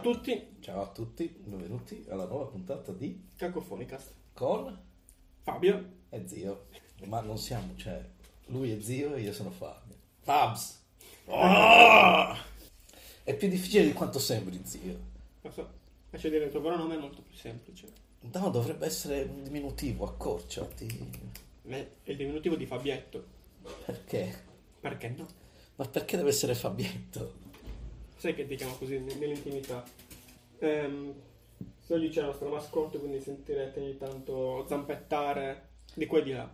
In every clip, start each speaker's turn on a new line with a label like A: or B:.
A: tutti,
B: Ciao a tutti, benvenuti alla nuova puntata di
A: Cacofonicast.
B: Con
A: Fabio,
B: e Zio. Ma non siamo, cioè, lui è Zio e io sono Fabio.
A: Fabs. Ah!
B: È più difficile di quanto sembri, Zio.
A: Lo so, lascia dire il tuo pronome è molto più semplice.
B: No, dovrebbe essere un diminutivo, accorciati.
A: Me- È il diminutivo di Fabietto.
B: Perché?
A: Perché no?
B: Ma perché deve essere Fabietto?
A: Sai che ti chiamo così ne- nell'intimità. Ehm, se oggi c'è il nostro mascotte, quindi sentirete ogni tanto zampettare di qua e di là.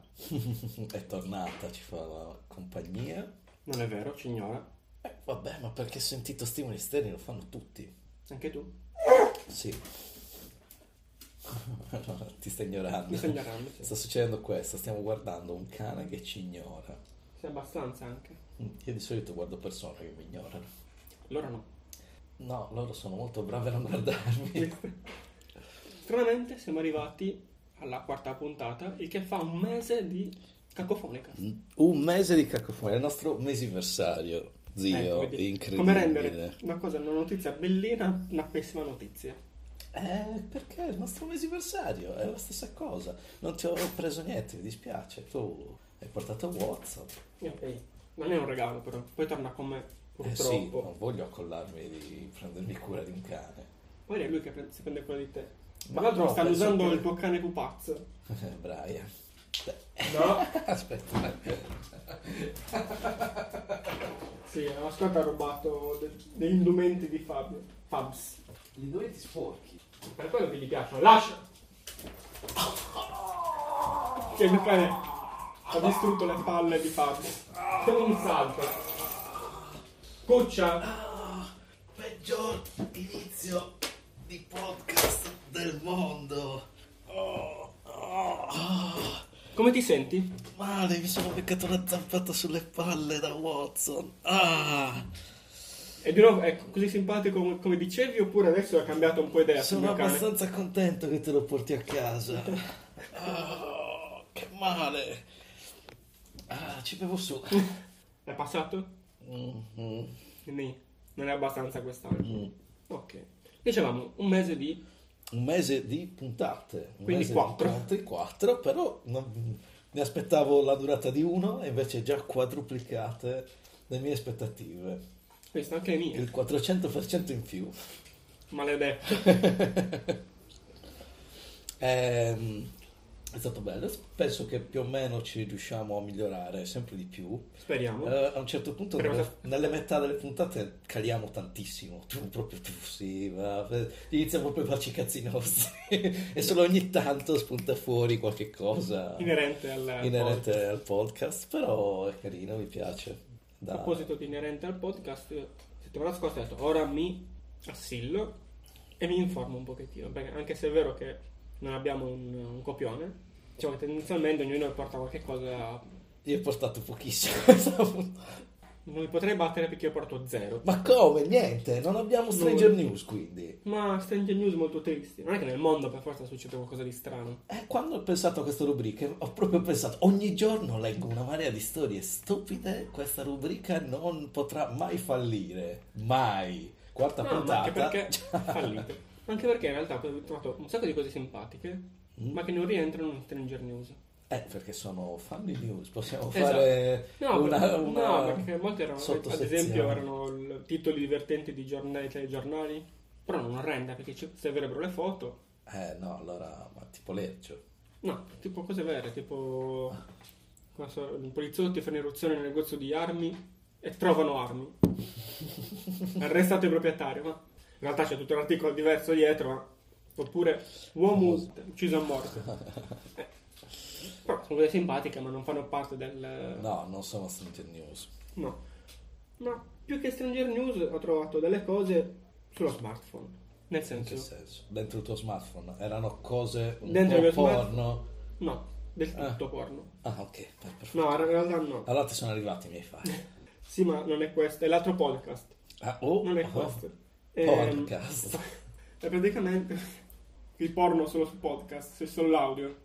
B: è tornata, ci fa la compagnia.
A: Non è vero, ci ignora.
B: Eh, vabbè, ma perché ho sentito stimoli esterni, lo fanno tutti.
A: Anche tu.
B: Sì. Ti sta ignorando.
A: Mi sta ignorando, sì.
B: Sta succedendo questo, stiamo guardando un cane che ci ignora.
A: Sei abbastanza anche.
B: Io di solito guardo persone che mi ignorano.
A: Loro no.
B: No, loro sono molto bravi a non guardarmi.
A: Stranamente siamo arrivati alla quarta puntata, il che fa un mese di cacofonica.
B: Un mese di cacofonia, è il nostro mesiversario, zio,
A: Ecco, vedi,
B: incredibile.
A: Come rendere una cosa, una notizia bellina, una pessima notizia.
B: Eh, perché è il nostro mesiversario, è la stessa cosa. Non ti ho preso niente, mi dispiace. Tu hai portato Eh, WhatsApp.
A: Ok, non è un regalo però, poi torna con me,
B: Eh sì,
A: purtroppo.
B: non voglio accollarmi di prendermi cura di un cane.
A: Poi è lui che pre- si prende cura di te.
B: Ma
A: Tra l'altro
B: no,
A: stanno
B: penso
A: usando
B: che-
A: il tuo cane pupazzo.
B: Brian.
A: No?
B: Aspetta,
A: sì, la mascotte ha rubato de- degli indumenti di Fabio. Fabs.
B: gli dovete sporchi.
A: Per quello che gli piacciono, lascia! Che il cane ha distrutto le palle di Fabio. Con un salto. Cuccia!
B: Peggior inizio di podcast del mondo. Oh, oh, oh.
A: Come ti senti?
B: Male, mi sono beccato una zampata sulle palle da Watson. Ah,
A: E di nuovo è così simpatico come, come dicevi oppure adesso ha cambiato un po' idea sul
B: sono
A: mio cane?
B: abbastanza contento che te lo porti a casa. Oh, che male. Ah, ci bevo su.
A: È passato?
B: Mhm,
A: Quindi non è abbastanza quest'anno.
B: mhm.
A: Ok. Dicevamo, un mese di...
B: un mese di puntate, un
A: Quindi
B: mese
A: quattro.
B: di puntate, quattro, però non- mi aspettavo la durata di uno e invece già quadruplicate le mie aspettative,
A: Questo anche è mio,
B: il 400% in più.
A: maledetto.
B: Ehm, è stato bello, penso che più o meno ci riusciamo a migliorare sempre di più.
A: Speriamo.
B: Eh, a un certo punto,
A: Però-
B: nelle, nelle metà delle puntate, caliamo tantissimo. Tu proprio tu, sì, va, iniziamo proprio a farci i cazzi nostri. e solo ogni tanto spunta fuori qualche cosa
A: Inerente al...
B: inerente al podcast. Però è carino, mi piace. Da-
A: A proposito di inerente al podcast, io settimana scorsa ho detto ora mi assillo e mi informo un pochettino, perché anche se è vero che non abbiamo un, un copione, diciamo che tendenzialmente ognuno porta qualche cosa,
B: Io ho portato pochissimo. questa puntata.
A: non mi potrei battere perché io porto zero.
B: Ma come? Niente, non abbiamo Stranger News quindi.
A: Ma Stranger News molto tristi, non è che nel mondo per forza succede qualcosa di strano.
B: Eh, quando ho pensato a questa rubrica, ho proprio pensato, ogni giorno leggo una marea di storie stupide, questa rubrica non potrà mai fallire, mai. Quarta
A: No, ma
B: puntata.
A: anche perché fallite. Ma Anche perché in realtà ho trovato un sacco di cose simpatiche, ma che non rientrano in Stranger News.
B: Eh, perché sono fan di news, possiamo
A: Esatto.
B: fare
A: No,
B: una,
A: per-
B: una
A: no, perché molti erano, ad
B: sottosezione.
A: esempio, erano il- titoli divertenti di giornali, telegiornali, però non renda perché ci servirebbero le foto.
B: Eh, no, allora, ma tipo Lercio.
A: No, tipo cose vere, tipo come so, i poliziotti fanno irruzione nel negozio di armi e trovano armi. Arrestato il proprietario, ma in realtà c'è tutto un articolo diverso dietro, ma... oppure uomo ucciso a morte. Eh, Però sono cose simpatiche, ma non fanno parte del...
B: No, non sono Stranger News.
A: No, ma più che Stranger News ho trovato delle cose sullo smartphone. Nel
B: In che
A: senso,
B: senso? Dentro il tuo smartphone erano cose un
A: Dentro il
B: po'
A: mio
B: porno.
A: no, del tutto
B: Ah.
A: porno.
B: Ah, ok, per- perfetto.
A: No, in realtà no.
B: Allora ti sono arrivati i miei file.
A: Sì, ma non è questo, è l'altro podcast.
B: Ah, oh,
A: Non è
B: oh.
A: questo. Ehm,
B: Podcast.
A: è praticamente il porno solo su podcast, se solo
B: Ah.
A: l'audio.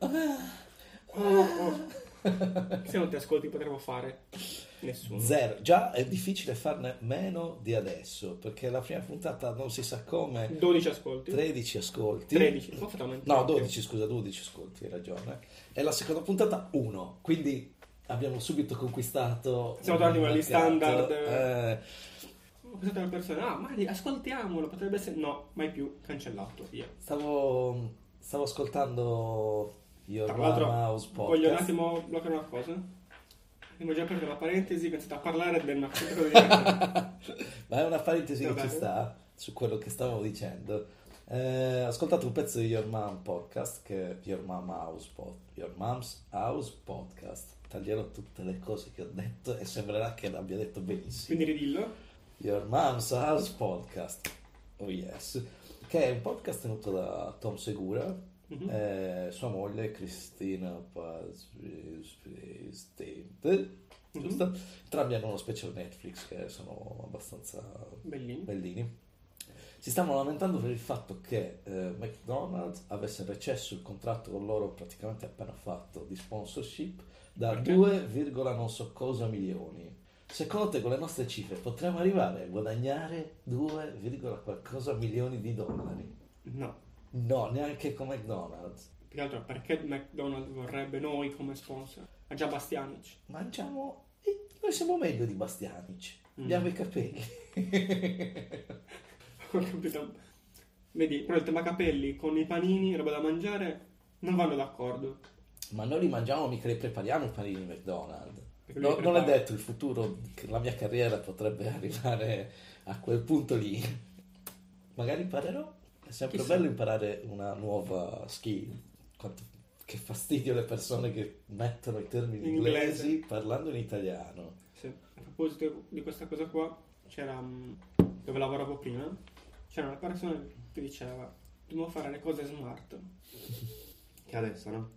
A: Oh, oh. Se non ti ascolti potremmo fare. Nessuno.
B: Zero. Già è difficile farne meno di adesso, perché la prima puntata non si sa come
A: 12 ascolti.
B: 13 ascolti.
A: 13. Ho fatto aumentare.
B: No, 12, scusa, 12 ascolti, hai ragione. E la seconda puntata 1, quindi abbiamo subito conquistato
A: Siamo
B: un
A: tornati con gli
B: mercato,
A: standard.
B: eh,
A: Ho pensato alla persona, ah, Mari, ascoltiamolo, potrebbe essere... No, mai più, cancellato, via.
B: stavo, stavo ascoltando Your
A: Tra
B: Mama
A: l'altro,
B: House
A: voglio un
B: Podcast.
A: attimo bloccare una cosa. Abbiamo già aperto la parentesi, ho iniziato a parlare del narcotico di Iran.
B: Ma è una parentesi
A: Va
B: che ci
A: bene.
B: sta su quello che stavamo dicendo. Eh, ho ascoltato un pezzo di Your Mom Podcast, che è Your, Mom House Pod- Your Mom's House Podcast. Taglierò tutte le cose che ho detto e sembrerà che l'abbia detto benissimo.
A: Quindi ridillo.
B: Your Mom's House Podcast. Oh yes. Che è un podcast tenuto da Tom Segura
A: Mhm.
B: e sua moglie Cristina Pasistente. Giusto? Entrambi hanno uno special Netflix che sono abbastanza
A: Bellini.
B: Bellini. Si stavano lamentando per il fatto che eh, McDonald's avesse recesso il contratto con loro praticamente appena fatto di sponsorship da
A: Perché?
B: 2, non so cosa milioni. Secondo te con le nostre cifre potremmo arrivare a guadagnare 2, qualcosa milioni di dollari?
A: No.
B: No, neanche con McDonald's.
A: Più che altro perché McDonald's vorrebbe noi come sponsor? Ha già Bastianic.
B: Mangiamo... eh, Noi siamo meglio di Bastianic.
A: Mm.
B: Abbiamo i capelli.
A: Ho capito. Vedi, però il tema capelli con i panini, roba da mangiare, non vanno d'accordo.
B: Ma noi li mangiamo, mica li prepariamo i panini McDonald's.
A: Perché
B: No,
A: lui
B: non è
A: prepara-
B: detto il futuro, che la mia carriera potrebbe arrivare a quel punto lì. Magari imparerò. È sempre
A: Chissà.
B: bello imparare una nuova skill. Quanto- che fastidio le persone che mettono i termini
A: In inglese.
B: inglesi parlando in italiano.
A: Sì. A proposito di questa cosa qua, c'era mm, dove lavoravo prima, c'era una persona che diceva dobbiamo fare le cose smart. Che adesso no?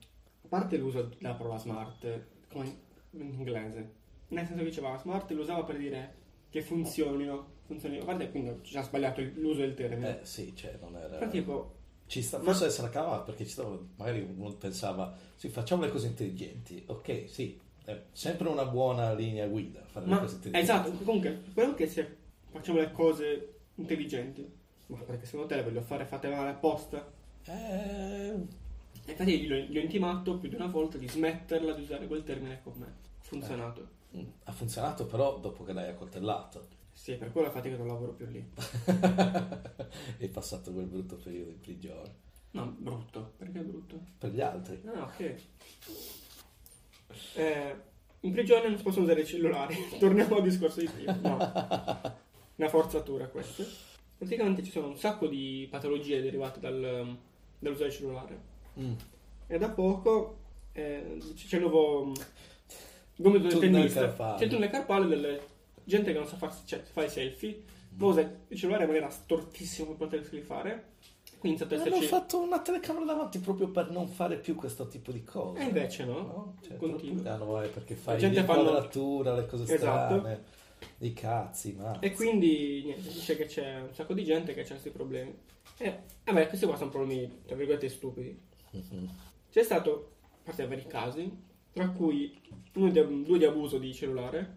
A: A parte l'uso della parola smart come in inglese, nel senso che diceva smart lo usava per dire che funzionino, funzionino. A parte quindi ci ha sbagliato il- l'uso del termine.
B: Eh sì, cioè non era...
A: Però tipo,
B: Ci sta, forse se la cavava perché ci stava, magari uno pensava, sì, facciamo le cose intelligenti. Ok, sì, è sempre una buona linea guida fare le
A: ma
B: cose intelligenti.
A: esatto, comunque, quello che se facciamo le cose intelligenti, ma perché secondo te le voglio fare fatte male apposta?
B: Eh,
A: E Infatti gli ho, gli ho intimato più di una volta di smetterla di usare quel termine con me. Ha funzionato.
B: mm, ha funzionato però dopo che l'hai accoltellato.
A: Sì, per quello infatti che non lavoro più lì.
B: È passato quel brutto periodo in prigione.
A: No, brutto. Perché è brutto?
B: Per gli altri.
A: No, no, ok. Eh, in prigione non si possono usare i cellulari. Torniamo al discorso di prima. No. Una forzatura questa. Praticamente ci sono un sacco di patologie derivate dal- dall'usare il cellulare.
B: Mm.
A: E da poco eh, c- c'è il nuovo mm, gomito del
B: Tunnel
A: tennista.
B: carpale.
A: C'è il tunnel carpale della gente che non sa farsi, cioè, fa i selfie.
B: Mm.
A: Ma usa il cellulare in maniera stortissima per poterseli fare. Quindi inizia ad
B: Hanno
A: esserci.
B: Eh, fatto una telecamera davanti proprio per non fare più questo tipo di cose.
A: E invece no.
B: No? Cioè,
A: Continua.
B: troppo- ah, no, eh, perché fai
A: gente fa-
B: l'inquadratura, le cose
A: Esatto.
B: strane, i cazzi, ma...
A: E quindi niente, dice che c'è un sacco di gente che ha questi problemi. E vabbè, questi qua sono problemi, tra virgolette, stupidi.
B: Mhm.
A: C'è stato, a parte vari casi, tra cui uno di- due di abuso di cellulare,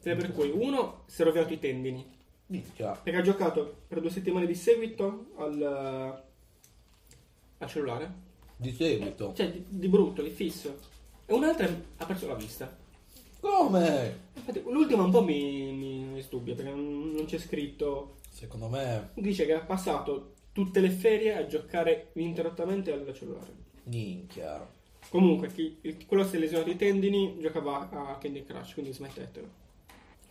A: tre per cui uno si è rovinato i tendini.
B: Minchia.
A: Perché ha giocato per due settimane di seguito al, al cellulare.
B: Di seguito.
A: Cioè, di, di brutto, di fisso. E un'altra ha perso la vista.
B: Come?
A: Infatti, l'ultima un po' mi, mi, mi studia, perché non, non c'è scritto.
B: Secondo me...
A: Dice che ha passato tutte le ferie a giocare ininterrottamente al cellulare.
B: Minchia.
A: Comunque, chi- il- quello si è lesionato i tendini, giocava a Candy Crush, quindi smettetelo.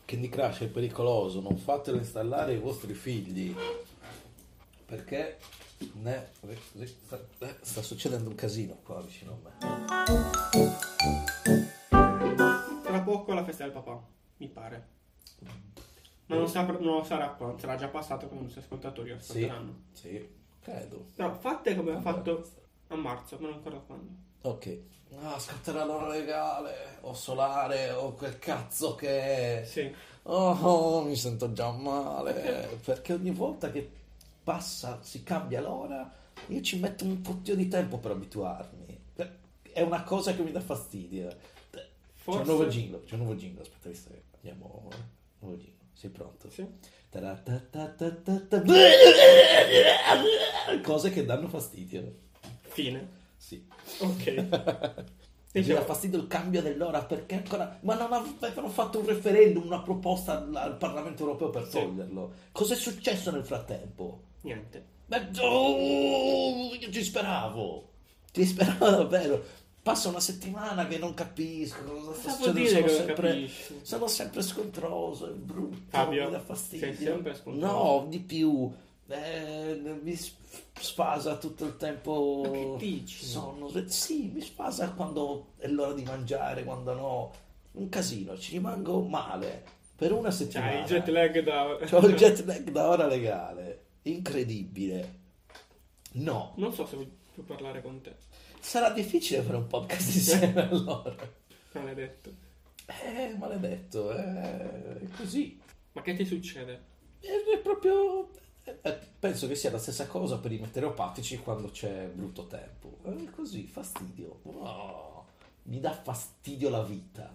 B: Candy Crush è pericoloso, non fatelo installare ai vostri figli. Perché ne- re- re- sta, eh, sta succedendo un casino qua vicino a me.
A: Tra poco la festa del papà, mi pare. Ma non, sa- non lo sarà qua, sarà già passato quando gli ascoltatori lo
B: Sì,
A: ascolteranno.
B: sì, credo.
A: No, fate come ha fatto a marzo, ma non ancora quando.
B: Ok. Ah, scatterà l'ora legale, o solare, o quel cazzo che è.
A: Sì.
B: Oh, oh, mi sento già male. Perché ogni volta che passa, si cambia l'ora, io ci metto un pochino di tempo per abituarmi. È una cosa che mi dà fastidio. C'è
A: forse...
B: un nuovo jingle, c'è un nuovo jingle, aspetta, visto che andiamo... Nuovo jingle, sei pronto?
A: Sì.
B: Taratatatatata- Cose che danno fastidio.
A: Fine.
B: Sì.
A: Ok.
B: Mi dà
A: Dicevo-
B: fastidio il cambio dell'ora perché ancora... Ma non avevano fatto un referendum, una proposta al, al Parlamento europeo per
A: Sì.
B: toglierlo. Cos'è successo nel frattempo?
A: Niente.
B: Beh, oh, io ci speravo. Ci speravo davvero. Passa una settimana che non capisco cosa sta
A: Cosa vuol
B: succedendo.
A: dire
B: Sono
A: che non
B: sempre,
A: capisci?
B: sono sempre scontroso, è brutto,
A: Fabio,
B: mi dà fastidio.
A: sei sempre scontroso.
B: No, di più. Eh, mi s- sfasa tutto il tempo.
A: Ma che dici?
B: Sono- Sì, mi sfasa quando è l'ora di mangiare, quando no. Un casino, ci rimango male per una settimana.
A: Cioè, il jet lag da...
B: C'ho il jet lag da ora legale. Incredibile. No,
A: Non so se voglio più parlare con te.
B: sarà difficile fare un podcast insieme allora.
A: Maledetto.
B: Eh, maledetto, eh, è così.
A: Ma che ti succede?
B: È, è proprio... eh, Penso che sia la stessa cosa per i meteoropatici quando c'è brutto tempo. È così, fastidio. Oh, mi dà fastidio la vita.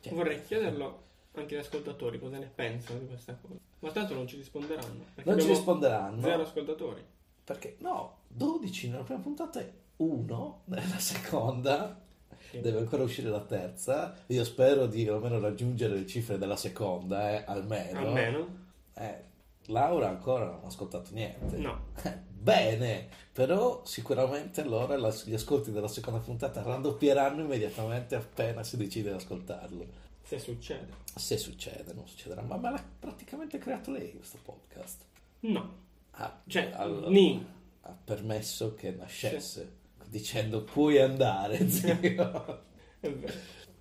B: Cioè,
A: Vorrei chiederlo anche agli ascoltatori cosa ne pensano di questa cosa. Ma tanto non ci risponderanno. perché
B: Non ci
A: abbiamo
B: risponderanno.
A: Zero ascoltatori.
B: Perché no, 12 nella prima puntata e 1 nella seconda.
A: Sì.
B: Deve ancora uscire la terza. Io spero di almeno raggiungere le cifre della seconda, eh, almeno.
A: Almeno.
B: Eh, Laura ancora non ha ascoltato niente.
A: No.
B: Eh, Bene, però sicuramente allora la- gli ascolti della seconda puntata raddoppieranno immediatamente appena si decide di ascoltarlo.
A: Se succede.
B: Se succede, non succederà, ma me l'ha praticamente creato lei questo podcast.
A: No.
B: Ha-
A: Cioè,
B: allora-
A: ni.
B: ha permesso che nascesse, dicendo puoi andare, zio.
A: È vero.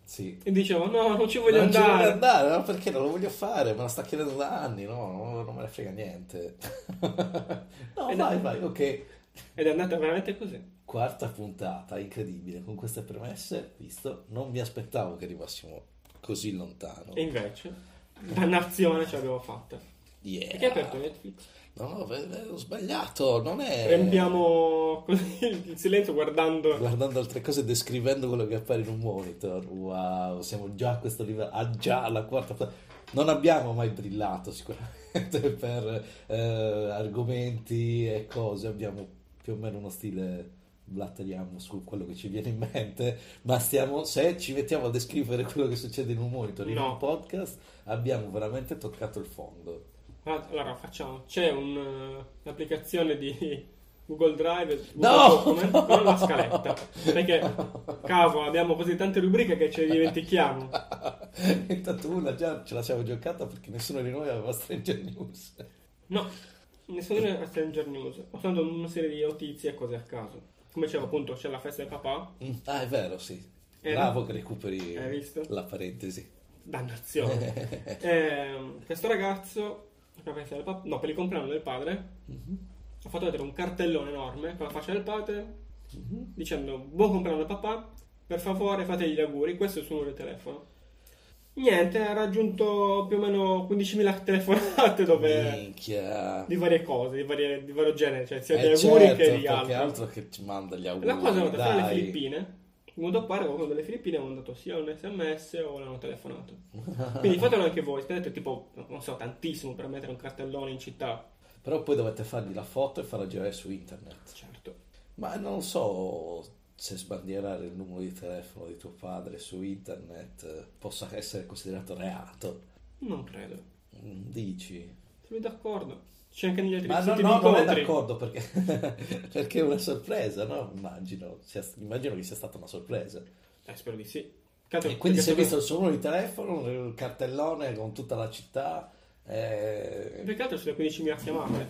B: sì.
A: E dicevo, no, non ci voglio
B: non ci
A: andare.
B: voglio andare, no? Perché non lo voglio fare, me la sta chiedendo da anni, no? Non, non me ne frega niente. no,
A: Eh,
B: vai,
A: no.
B: vai, ok.
A: Ed è andata veramente così.
B: Quarta puntata, incredibile, con queste premesse, visto, non mi aspettavo che arrivassimo così lontano.
A: E invece, dannazione ce l'abbiamo fatta.
B: Yeah.
A: Perché hai aperto Netflix?
B: No, ve- ve- ho sbagliato, non è...
A: Riempiamo così il silenzio guardando...
B: guardando altre cose e descrivendo quello che appare in un monitor. Wow, siamo già a questo livello, ah già la quarta puntata. Non abbiamo mai brillato sicuramente per eh, argomenti e cose, abbiamo più o meno uno stile blatteriamo su quello che ci viene in mente, ma stiamo, se ci mettiamo a descrivere quello che succede in un monitor, in
A: No.
B: un podcast, abbiamo veramente toccato il fondo.
A: Ah, Allora, facciamo. C'è un, eh, un'applicazione di Google Drive, Google
B: No!
A: Document, con la scaletta. Perché, cavolo, abbiamo così tante rubriche che ce le dimentichiamo.
B: Intanto una già ce la siamo giocata perché nessuno di noi aveva Stranger News.
A: No, nessuno è Stranger News. Ho soltanto una serie di notizie e cose a caso. Come dicevo, appunto, c'è la festa del papà.
B: Mm, Ah, è vero, sì.
A: Eh,
B: Bravo che recuperi
A: Hai visto?
B: la parentesi.
A: Dannazione. Ehm, questo ragazzo, per la festa del papà, no, per il compleanno del padre, ha fatto vedere un cartellone enorme con la faccia del padre
B: Mhm.
A: dicendo buon compleanno papà, per favore fategli gli auguri, questo è il suo numero di telefono. Niente, ha raggiunto più o meno 15.000 telefonate dove,
B: Minchia.
A: di varie cose, di, varie- di vario genere, cioè sia
B: Eh,
A: di auguri
B: certo,
A: che di
B: perché
A: altro.
B: altro che ti manda gli auguri.
A: La cosa è andata fino alle
B: dai.
A: Filippine. A quanto pare qualcuno delle Filippine ha mandato sia un sms o l'hanno telefonato. Quindi fatelo anche voi, spendete tipo, non so, tantissimo per mettere un cartellone in città.
B: Però poi dovete fargli la foto e farla girare su internet.
A: Certo.
B: Ma non so se sbandierare il numero di telefono di tuo padre su internet eh, possa essere considerato reato.
A: Non credo.
B: Mm, Dici?
A: Sono d'accordo. C'è anche negli altri
B: Ma no,
A: siti
B: no,
A: di
B: non è
A: incontri.
B: d'accordo perché, perché è una sorpresa, no? Immagino, sia- immagino che sia stata una sorpresa.
A: Eh, spero di sì. Tanto-
B: E quindi si è
A: perché
B: visto il suo numero di telefono, il cartellone con tutta la città. eh,
A: sono-
B: E
A: Più che altro sulle 15.000 chiamate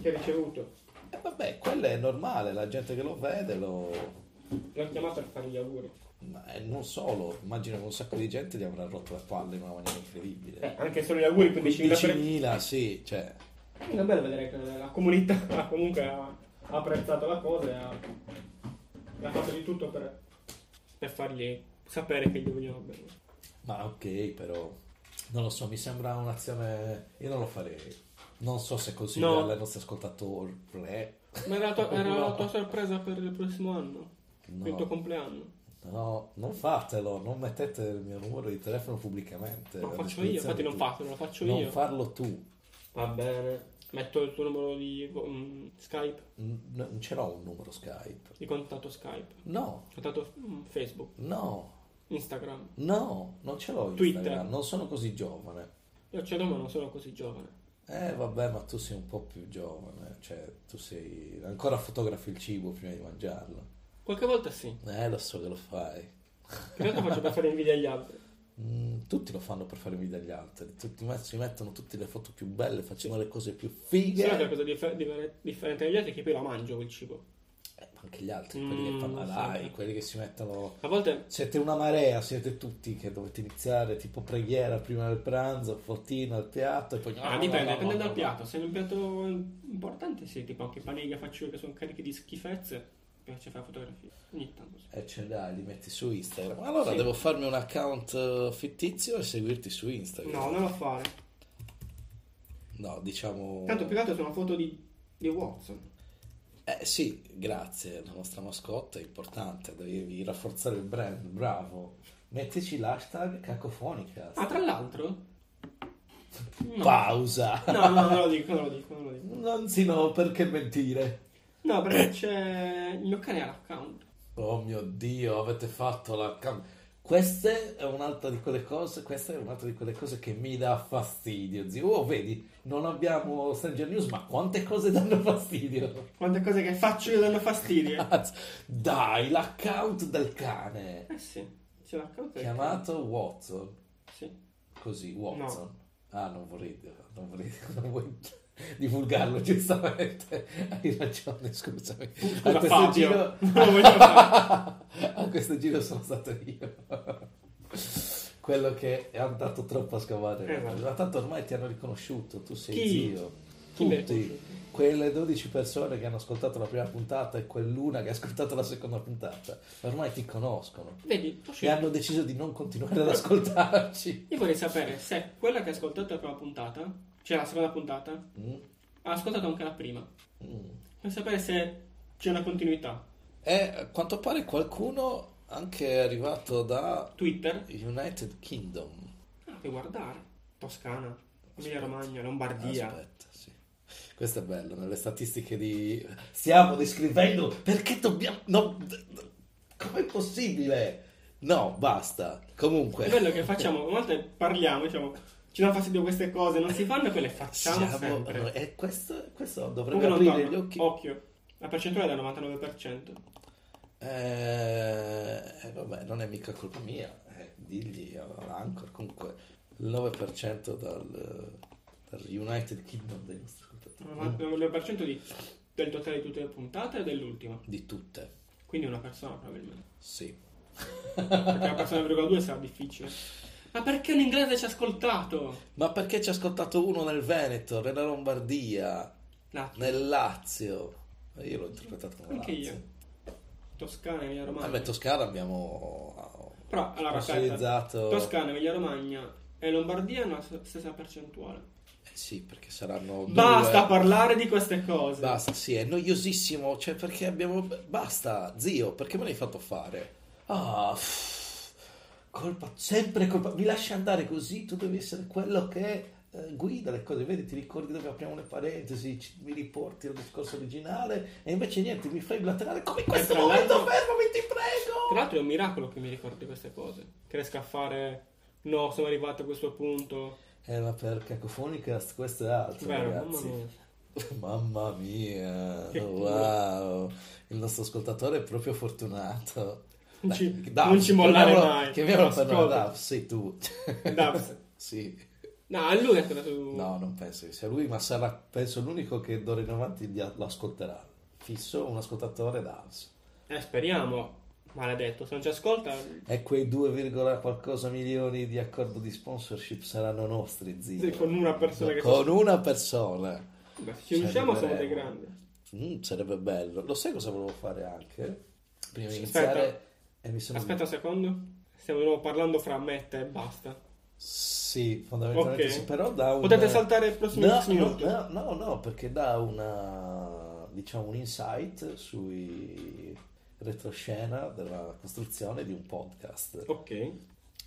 A: che ha ricevuto.
B: vabbè, quello è normale, la gente che lo vede lo...
A: L'ho chiamato per fare gli auguri.
B: Ma eh, non solo, immagino che un sacco di gente gli avrà rotto le palle in una maniera incredibile.
A: Eh, anche solo gli auguri 15.000 per...
B: 15.000, sì, cioè...
A: Eh, È bello vedere che la comunità comunque ha ha apprezzato la cosa e ha, e ha fatto di tutto per, per fargli sapere che gli vogliono bene.
B: Ma ok, però... Non lo so, mi sembra un'azione... Io non lo farei. Non so se consigliare
A: No.
B: ai nostri ascoltatori... eh,
A: Ma era la tua, era la
B: No.
A: tua sorpresa per il prossimo anno, per il tuo
B: No.
A: compleanno.
B: No, non fatelo, non mettete il mio numero di telefono pubblicamente.
A: Non
B: a
A: lo faccio io,
B: disposizione
A: infatti
B: Eh, di
A: non
B: tutti.
A: fatelo, lo faccio
B: Non
A: io.
B: farlo tu.
A: Va bene. Metto il tuo numero di mm, Skype,
B: Mm, Non ce l'ho un numero Skype.
A: di contatto Skype,
B: No,
A: contatto mm, Facebook,
B: no,
A: Instagram.
B: no, non ce l'ho
A: Twitter.
B: Instagram, non sono così giovane.
A: Io c'è ma non sono così giovane.
B: Eh vabbè, ma tu sei un po' più giovane, cioè tu sei... ancora fotografi il cibo prima di mangiarlo.
A: Qualche volta sì.
B: Eh, lo so che lo fai.
A: In realtà faccio per fare invidia agli altri.
B: Mm, tutti lo fanno per fare video agli altri, tutti met- si mettono tutte le foto più belle, facciamo le cose più
A: Se no, la
B: fighe.
A: cosa differ- differ- differente dagli altri è che poi la mangio quel cibo.
B: Eh, ma anche gli altri, quelli che
A: Mm,
B: fanno
A: lo so.
B: live, quelli che si mettono...
A: A volte
B: Siete una marea, siete tutti che dovete iniziare tipo preghiera prima del pranzo, fotino al piatto e poi...
A: Ah, dipende, dipende dal piatto. Se è un piatto importante, sì, tipo anche paniglia faccio io che sono carichi di schifezze, mi piace fare fotografie. Ogni tanto sì.
B: E Eh, ce l'hai, li metti su Instagram. Allora
A: Sì.
B: devo farmi un account eh, fittizio e seguirti su Instagram.
A: No, non lo fare.
B: No, diciamo...
A: Tanto più che altro sono foto di, di Watson.
B: Eh sì, grazie, la nostra mascotte è importante, devi rafforzare il brand, bravo. Mettici l'hashtag cacofonica.
A: Ah, tra l'altro. No.
B: Pausa.
A: No, no, non lo dico, non lo dico, non lo dico.
B: Non si no, perché mentire?
A: No, perché c'è. Il mio cane ha l'account.
B: Oh mio Dio, avete fatto la cam... Questa è un'altra di quelle cose, questa è un'altra di quelle cose che mi dà fastidio, zio. Oh, vedi, non abbiamo Stranger News, ma quante cose danno fastidio?
A: Quante cose che faccio io danno fastidio.
B: Cazzo, Dai, l'account del cane,
A: eh sì, c'è l'account. del
B: chiamato Watson.
A: cane. Sì.
B: Così, Watson. Ah, non vorrei, non vorrei, non vuoi divulgarlo, giustamente. Hai ragione, scusami.
A: Scusa,
B: a, questo
A: Fabio.
B: giro,
A: Non lo voglio fare.
B: a questo giro sono stato io. Quello che è andato troppo a scavare.
A: Esatto.
B: Ma tanto ormai ti hanno riconosciuto, tu sei
A: Chi?
B: zio.
A: Chi mi ha
B: Tutti.
A: riconosciuto?
B: Quelle 12 persone che hanno ascoltato la prima puntata e quell'una che ha ascoltato la seconda puntata, ormai ti conoscono.
A: Vedi, ho
B: E
A: scelto.
B: hanno deciso di non continuare ad ascoltarci.
A: Io vorrei sapere se quella che ha ascoltato la prima puntata, cioè la seconda puntata,
B: Mm,
A: ha ascoltato anche la prima.
B: mm.
A: Per sapere se c'è una continuità.
B: E a quanto pare qualcuno anche è arrivato da
A: Twitter,
B: United Kingdom.
A: ah, che guardare. Toscana, Emilia Romagna, Lombardia.
B: Ah, Aspetta, sì. Questo è bello, nelle statistiche di... Stiamo descrivendo perché dobbiamo... No, d- d- com'è possibile? No, basta.
A: È
B: Comunque,
A: bello che facciamo, a volte parliamo, diciamo, ci danno fastidio queste cose, non si fanno e poi le facciamo
B: siamo...
A: sempre. Oh.
B: E questo, questo dovrebbe
A: Comunque non
B: aprire gli
A: torna.
B: occhi... Mm.
A: Occhio, la percentuale è del 99%.
B: Eh, vabbè, non è mica colpa mia, eh, digli all'Anchor, comunque il 9% dal, dal United Kingdom dei nostri ascoltatori,
A: Il 99% di- del totale di tutte le puntate e dell'ultima.
B: di tutte,
A: Quindi una persona probabilmente.
B: sì.
A: Perché la persona 1,2 sarà difficile. Ma perché un inglese ci ha ascoltato?
B: Ma perché ci ha ascoltato uno nel Veneto, nella Lombardia,
A: No,
B: nel Lazio? Eh, Io l'ho interpretato come
A: anche
B: Lazio.
A: io. Toscana, Emilia
B: Ah,
A: Romagna.
B: beh, Toscana abbiamo
A: Però, allora, aspetta.
B: sponsorizzato...
A: Toscana, Emilia Romagna e Lombardia hanno la s- stessa percentuale.
B: Eh sì, perché saranno due...
A: Basta parlare di queste cose.
B: Basta, sì, è noiosissimo, cioè perché abbiamo... Basta, zio, perché me l'hai fatto fare? Ah, pff, colpa, sempre colpa... Mi lasci andare così, tu devi essere quello che eh, guida le cose, vedi, ti ricordi dove apriamo le parentesi, ci- mi riporti al discorso originale e invece niente, mi fai blaterare come in questo
A: tra
B: momento,
A: l'altro-
B: fermami, ti
A: Tra
B: prego!
A: l'altro è un miracolo che mi ricordi queste cose. Che riesco a fare... No, sono arrivato a questo punto.
B: Eh, ma per Cacofonicast questo è altro,
A: Vero, mamma
B: ragazzi.
A: mia.
B: Mamma mia,
A: Che culo.
B: wow, il nostro ascoltatore è proprio fortunato.
A: Non ci-
B: Dai,
A: non ci mollare
B: chiamiamolo-
A: mai.
B: Chiamiamolo per nome
A: Ascolta.
B: Dubs, sei tu.
A: Dubs.
B: Sì,
A: No, a lui è stato...
B: no, non penso che sia lui, ma sarà penso l'unico che d'ora in avanti li- lo ascolterà. Fisso un ascoltatore Dubs.
A: Eh, speriamo. Maledetto, se non ci ascolta...
B: E quei 2, qualcosa milioni di accordo di sponsorship saranno nostri, zio.
A: Sì, con una persona che-
B: Con una persona.
A: Beh, se ci
B: Cioè,
A: riusciamo siamo dei
B: arriveremo.
A: grandi.
B: Mm, sarebbe bello. Lo sai cosa volevo fare anche? Prima di
A: Aspetta.
B: iniziare e mi sono
A: Aspetta un secondo. Stiamo di nuovo parlando fra Metta e basta.
B: Sì, fondamentalmente
A: Ok.
B: sì, però da un...
A: Potete saltare il prossimo
B: No, no,
A: minuto.
B: no, no, no, perché dà una, diciamo, un insight sui retroscena della costruzione di un podcast.
A: Ok. Oh,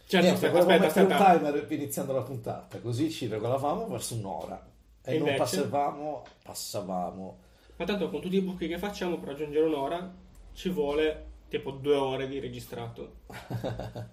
A: Certo,
B: Niente,
A: aspetta,
B: volevo
A: aspetta,
B: mettere
A: aspetta.
B: un timer iniziando la puntata, così ci regolavamo verso un'ora. E,
A: E
B: non
A: invece?
B: passavamo, passavamo.
A: Ma tanto con tutti i buchi che facciamo per raggiungere un'ora ci vuole tipo due ore di registrato.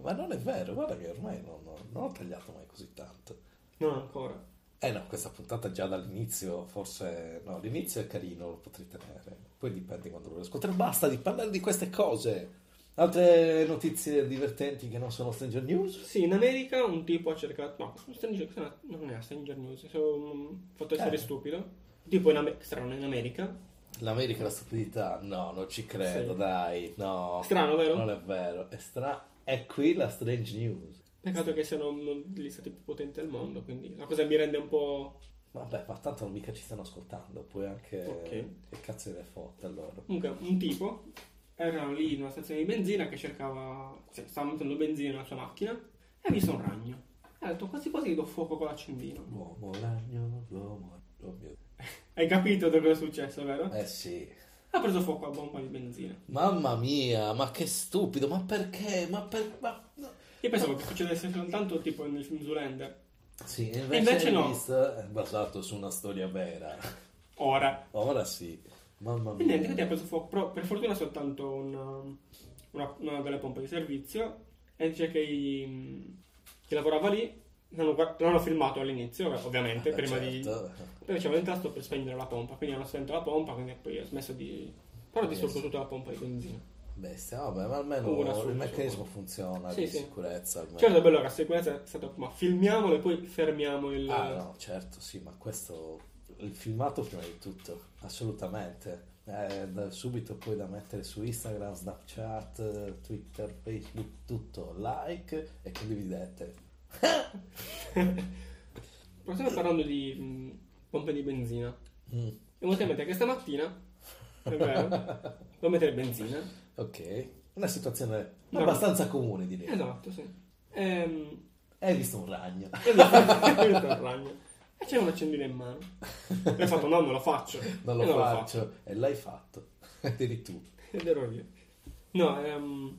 B: Ma non è vero, guarda che ormai non, non- non ho tagliato mai così tanto.
A: Non ancora.
B: Eh no, questa puntata già dall'inizio, forse... No, l'inizio è carino, lo potrei tenere. Poi dipende quando lo ascoltare. Basta di parlare di queste cose. Altre notizie divertenti che non sono Stranger News?
A: Sì, in America un tipo ha cercato... No, Stranger, cos'è? non è Stranger News, sono fatto essere
B: Eh.
A: stupido. Tipo in, Am- strano, in America.
B: L'America e la stupidità? No, non ci credo,
A: Sì.
B: dai, no.
A: Strano, vero?
B: Non è vero, è stra... È qui la Strange News.
A: Peccato che siano uno degli stati più potenti al mondo, quindi la cosa mi rende un po'...
B: Vabbè, ma tanto non mica ci stanno ascoltando, puoi anche...
A: Ok.
B: Che cazzo ne fotte loro?
A: Comunque, un tipo erano lì in una stazione di benzina che cercava, cioè, stava mettendo benzina nella sua macchina e ha visto un ragno. E ha detto quasi quasi gli do fuoco con l'accendino.
B: L'uomo ragno, l'uomo... Oh mio...
A: Hai capito da cosa è successo, vero?
B: Eh sì.
A: Ha preso fuoco a bomba di benzina.
B: Mamma mia, ma che stupido, ma perché? Ma per... Ma... no.
A: Io pensavo che succedesse soltanto tipo nel film Zoolander.
B: Sì, invece,
A: E invece no.
B: Mist è basato su una storia vera.
A: Ora.
B: Ora sì. Mamma
A: E niente,
B: mia.
A: quindi ha preso fuoco, però per fortuna soltanto una, una, una delle pompe di servizio. E dice che i- chi lavorava lì l'hanno, guard- l'hanno filmato all'inizio, vabbè, ovviamente,
B: Eh,
A: prima di...
B: certo.
A: Poi c'avevo il tasto per spegnere la pompa, quindi hanno spento la pompa, quindi poi ho smesso di... Però ho distrutto
B: Yes.
A: tutta la pompa di benzina.
B: Bestia, vabbè, ma almeno
A: Una
B: il
A: sola,
B: meccanismo funziona
A: Sì,
B: di
A: sì.
B: sicurezza. Almeno.
A: Certo, è bello che la sequenza è stata... Ma filmiamolo e poi fermiamo il...
B: Ah no, certo, sì, ma questo, il filmato prima di tutto, assolutamente. Eh, da- subito poi da mettere su Instagram, Snapchat, eh, Twitter, Facebook, tutto, like e condividete.
A: Ma stiamo parlando di mh, pompe di benzina.
B: Mm,
A: E volete mettere che stamattina... È vero? Devo mettere benzina.
B: ok, una situazione
A: No.
B: abbastanza comune direi.
A: Esatto, sì. Ehm...
B: Hai visto un ragno?
A: E mi ha detto il ragno. E c'è un accendino in mano. E ho fatto no, non lo faccio.
B: Non
A: E
B: lo
A: non
B: faccio. e l'hai fatto, addirittura.
A: Ed ero io. No, ehm,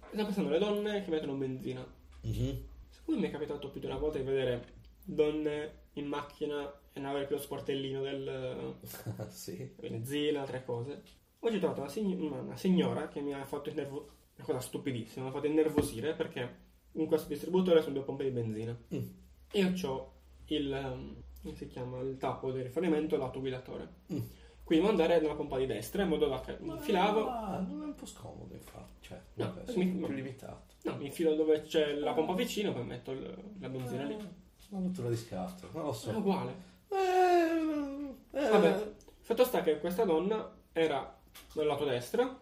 A: sto pensando alle donne che mettono benzina.
B: Mhm.
A: Secondo me mi è capitato più di una volta di vedere donne in macchina e non avere più lo sportellino del
B: sì,
A: benzina, altre cose. Oggi ho trovato una, sign- una- una signora che mi ha fatto innervosire, una cosa stupidissima, mi ha fatto innervosire perché in questo distributore sono due pompe di benzina.
B: Mm.
A: Io ho il, ehm, come si chiama, il tappo di riferimento lato guidatore.
B: Mm.
A: Quindi devo andare nella pompa di destra in modo da che mi infilavo
B: Ah, non è un po' scomodo infatti, cioè,
A: No, eh,
B: vabbè,
A: mi-
B: sono
A: no.
B: più limitato.
A: No, mi infilo dove c'è la pompa vicino, poi metto il- la benzina lì.
B: Eh, Una rottura di scatto, non lo
A: È
B: so.
A: uguale.
B: Eh, eh,
A: Vabbè, fatto sta che questa donna era dal lato destro,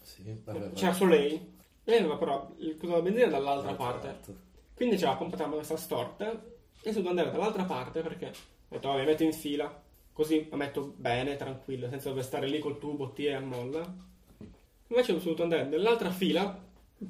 B: Sì, vabbè,
A: c'era
B: vabbè.
A: solo lei, lei aveva però il coso della benzina dall'altra parte.
B: Certo.
A: Quindi c'era completamente questa storta e sono dovuto andare dall'altra parte perché ho detto, vabbè, metto in fila, così la metto bene, tranquillo, senza dover stare lì col tubo T e molla. Invece sono dovuto andare nell'altra fila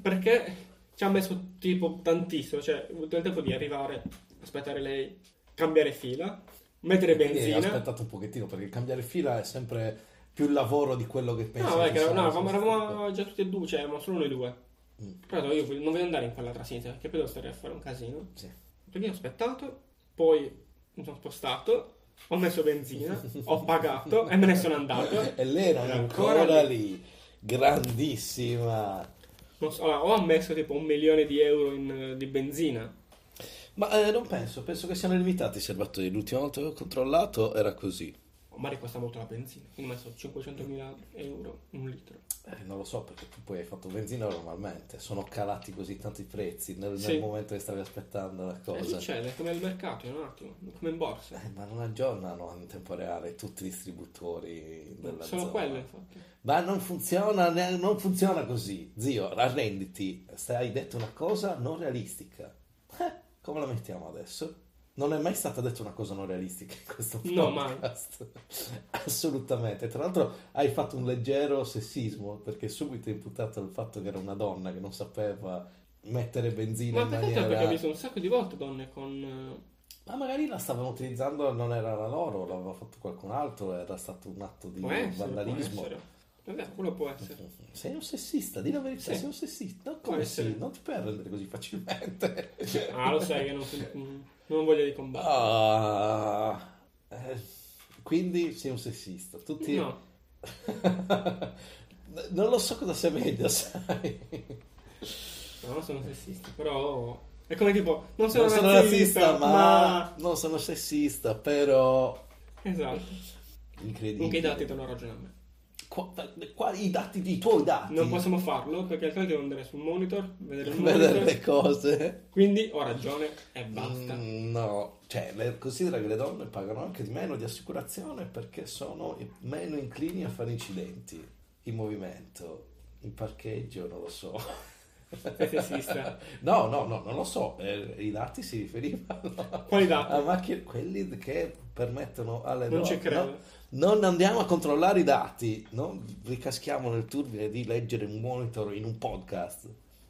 A: perché ci ha messo tipo tantissimo, cioè ho avuto il tempo di arrivare, aspettare lei, cambiare fila, mettere
B: Quindi hai
A: benzina.
B: aspettato un pochettino perché cambiare fila è sempre più lavoro di quello che pensi.
A: No,
B: che
A: perché
B: sia.
A: no, ma eravamo già tutti e due, cioè eravamo solo noi due.
B: Mm.
A: Però ho detto, io voglio- non voglio andare in quell'altra sinistra perché poi devo stare a fare un casino.
B: Sì.
A: Quindi ho aspettato, poi mi sono spostato, ho messo benzina, ho pagato e me ne sono andato.
B: E lei era
A: Era
B: Eh, ancora,
A: ancora
B: lì. grandissima.
A: Non so, allora, ho ammesso tipo un milione di euro in- di benzina.
B: Ma eh, non penso, penso che siano limitati i serbatoi. L'ultima volta che ho controllato era così.
A: Ma ricosta molto la benzina, quindi ho messo 500.000 euro in un litro.
B: Eh, non lo so perché tu poi hai fatto benzina normalmente, sono calati così tanto i prezzi nel, nel
A: Sì.
B: momento che stavi aspettando la
A: E
B: cosa.
A: succede, è come al mercato, in un attimo, come in borsa.
B: Eh, ma non aggiornano in tempo reale tutti i distributori della
A: Solo
B: zona.
A: quello, infatti.
B: Ma non funziona, ne- non funziona così. Zio, arrenditi. Stai- Hai detto una cosa non realistica. Eh, come la mettiamo adesso? Non è mai stata detta una cosa non realistica in questo
A: No,
B: podcast. Assolutamente. Tra l'altro hai fatto un leggero sessismo perché subito hai imputato il fatto che era una donna che non sapeva mettere
A: Ma
B: benzina in
A: peccato
B: maniera...
A: perché ho visto un sacco di volte donne con... eh,
B: Ma magari la stavano utilizzando, non era la loro, l'aveva fatto qualcun altro, era stato un atto di
A: Può essere, può
B: vandalismo.
A: essere. È vero, quello può essere.
B: Esatto. Sei un sessista, di la verità,
A: Sì.
B: sei un sessista. No,
A: Può
B: come
A: essere.
B: sì, non ti puoi arrendere così facilmente.
A: Ah, lo sai, io non, non voglio di combattere.
B: Ah, eh, quindi sei un sessista. Tutti...
A: No,
B: non lo so cosa sia meglio, sai.
A: no, non sono sessista, però... È come tipo, non sono,
B: Non sono razzista, ma... Non sono sessista, però...
A: Esatto.
B: Incredibile.
A: Comunque i dati danno ragione a me.
B: Qua- qua- I dati, i tuoi dati.
A: Non possiamo farlo perché altrimenti devo andare sul monitor, vedere il
B: Vedere le
A: monitor.
B: cose.
A: Quindi ho ragione e basta.
B: Mm, No, cioè, le- considera che le donne pagano anche di meno di assicurazione perché sono i- meno inclini a fare incidenti in movimento, in parcheggio, non lo so.
A: Sei sessista.
B: No, no, no, non lo so. eh, I dati si riferivano
A: Quali dati?
B: a macchine, quelli che permettono alle
A: Non ci
B: donne.
A: credo.
B: Eh, no? Non andiamo a controllare i dati, non ricaschiamo nel turbine di leggere un monitor in un podcast,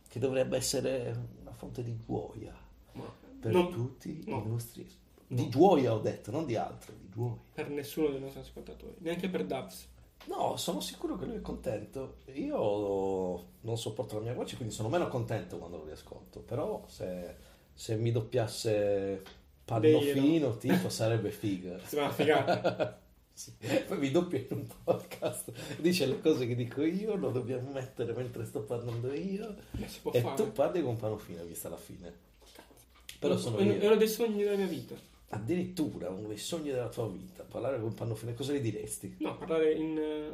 B: che dovrebbe essere una fonte di gioia
A: Ma
B: per
A: non-
B: tutti
A: no.
B: i nostri
A: No.
B: di gioia ho detto, non di altro, di gioia.
A: per nessuno dei nostri ascoltatori, neanche per Dubs.
B: No, sono sicuro che lui è contento. Io non sopporto la mia voce, quindi sono meno contento quando lo riascolto. Però se, se mi doppiasse Pannofino, tipo, sarebbe figa.
A: Si va a figata.
B: Sì. Poi mi doppia in un podcast, dice le cose che dico io, lo dobbiamo mettere mentre sto parlando io.
A: Non si può
B: E
A: fare.
B: tu parli con Pannofino, vista la fine. Però sono
A: È uno-
B: io.
A: È uno dei sogni della mia vita.
B: Addirittura uno dei sogni della tua vita, parlare con Pannofino, cosa gli diresti?
A: No, parlare in... eh,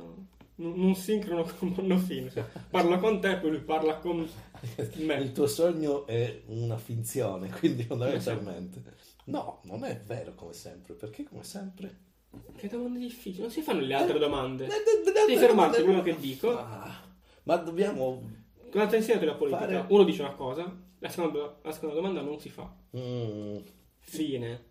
A: n- non sincrono con Monnofino. Cioè, parlo con te, poi lui parla con
B: Il
A: me.
B: tuo sogno è una finzione, quindi fondamentalmente. No, non è vero come sempre, perché come sempre...
A: Che domande difficili. Non si fanno le altre domande.
B: eh, Devi
A: fermarti, quello che dico.
B: Ma, Ah, ma dobbiamo...
A: Cosa ti ha insegnato la politica?
B: Fare-
A: Uno dice una cosa, la seconda, la seconda domanda non si fa.
B: Mm,
A: Fine.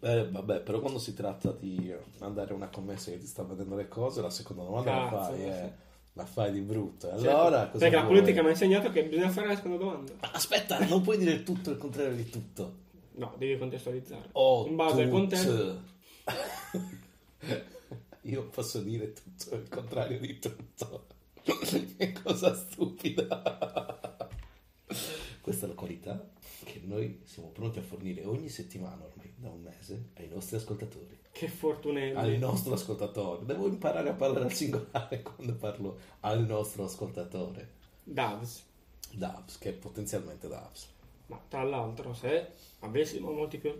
B: eh, vabbè, però quando si tratta di andare a una commessa che ti sta vedendo le cose, la seconda domanda la
A: Cazzo,
B: fai,
A: sì.
B: eh, la fai di brutto.
A: Cioè,
B: Allora, cosa
A: perché la
B: vuoi?
A: politica mi ha insegnato che bisogna fare la seconda domanda.
B: Aspetta, non puoi dire tutto il contrario di tutto.
A: No, devi contestualizzare.
B: Oh,
A: In base al
B: tut.
A: contesto.
B: Io posso dire tutto il contrario di tutto. che cosa stupida. Questa è la qualità che noi siamo pronti a fornire ogni settimana ormai da un mese ai nostri ascoltatori.
A: Che fortunelli.
B: Al nostro ascoltatore. Devo imparare a parlare al singolare quando parlo al nostro ascoltatore.
A: Davs.
B: Dubs, che è potenzialmente Dubs.
A: Ma tra l'altro, se avessimo molti più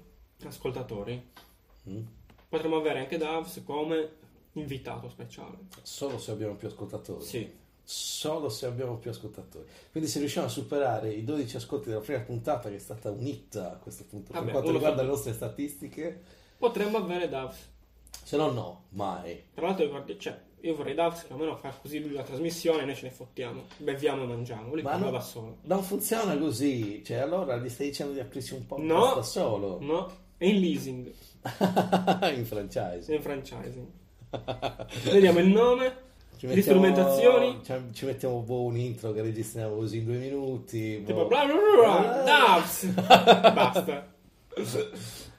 A: ascoltatori,
B: Mm?
A: potremmo avere anche Davs come invitato speciale.
B: Solo se abbiamo più ascoltatori.
A: Sì.
B: Solo se abbiamo più ascoltatori. Quindi se riusciamo a superare i 12 ascolti della prima puntata, che è stata unita a questo punto,
A: Vabbè,
B: per quanto
A: uno
B: riguarda
A: fa-
B: le nostre statistiche,
A: Potremmo avere Davs.
B: se no no, mai.
A: Tra l'altro, ricordi, cioè, io vorrei Davs che almeno fa così lui la trasmissione, noi ce ne fottiamo, beviamo e mangiamo. Lui
B: Ma
A: parla
B: no.
A: da solo.
B: Non funziona così. Cioè, allora gli stai dicendo di aprirsi un po'
A: No.
B: da solo.
A: No? È in leasing,
B: In
A: è
B: franchise.
A: in franchising. Vediamo il nome,
B: Ci
A: le
B: mettiamo-
A: strumentazioni.
B: ci- Ci mettiamo boh, un intro che registriamo così in due minuti.
A: Tipo
B: boh.
A: bla bla bla bla, Davs! Basta.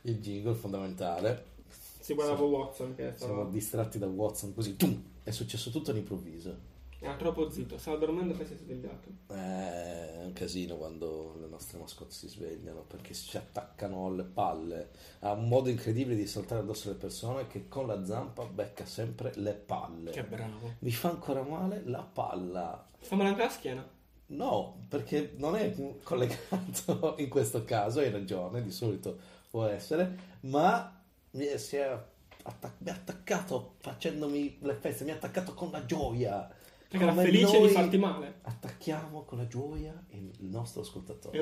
B: Il jingle fondamentale.
A: Si guardava Watson che
B: Siamo
A: stava...
B: distratti da Watson così. tum, È successo tutto all'improvviso.
A: Era Ah, troppo zitto, stava dormendo e poi si è svegliato.
B: Eh, È un casino quando le nostre mascotte si svegliano perché si attaccano alle palle. Ha un modo incredibile di saltare addosso alle persone che con la zampa becca sempre le palle.
A: Che bravo.
B: Mi fa ancora male la palla.
A: Fa male anche la schiena.
B: No, perché non è collegato in questo caso, hai ragione, di solito può essere, ma mi è- si è atta- mi ha attaccato facendomi le feste, mi ha attaccato con la gioia.
A: Perché era
B: Come
A: felice
B: noi-
A: di farti male.
B: attacchiamo con la gioia il nostro ascoltatore.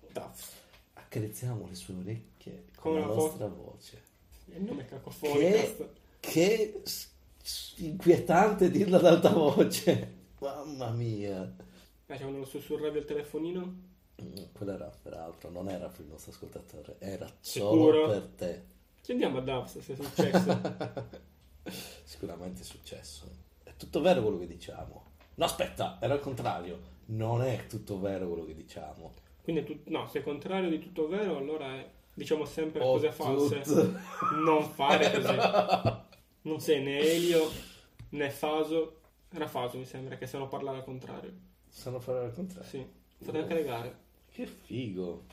A: E Davs.
B: Accarezziamo le sue orecchie con
A: Come
B: la
A: la
B: nostra voce.
A: Il nome è
B: Che,
A: cacofonico.
B: che s- s- inquietante dirla ad alta voce. Mamma mia.
A: Eh, cioè, quando lo sussurravi al telefonino.
B: Mm, Quella era peraltro, non era per il nostro ascoltatore, era solo
A: Sicuro?
B: per te.
A: Chiediamo a Davs se è successo.
B: Sicuramente è successo. È tutto vero quello che diciamo. No, aspetta, era il contrario. Non è tutto vero quello che diciamo.
A: Quindi, è tut- no, se è contrario di tutto vero, allora è- diciamo sempre
B: Ho
A: cose false.
B: tutto-
A: Non fare così. Non sei né Elio, né Faso, Era Faso, mi sembra, che sanno parlare al contrario.
B: Sanno fare al contrario.
A: Sì, fate anche le gare.
B: Che figo.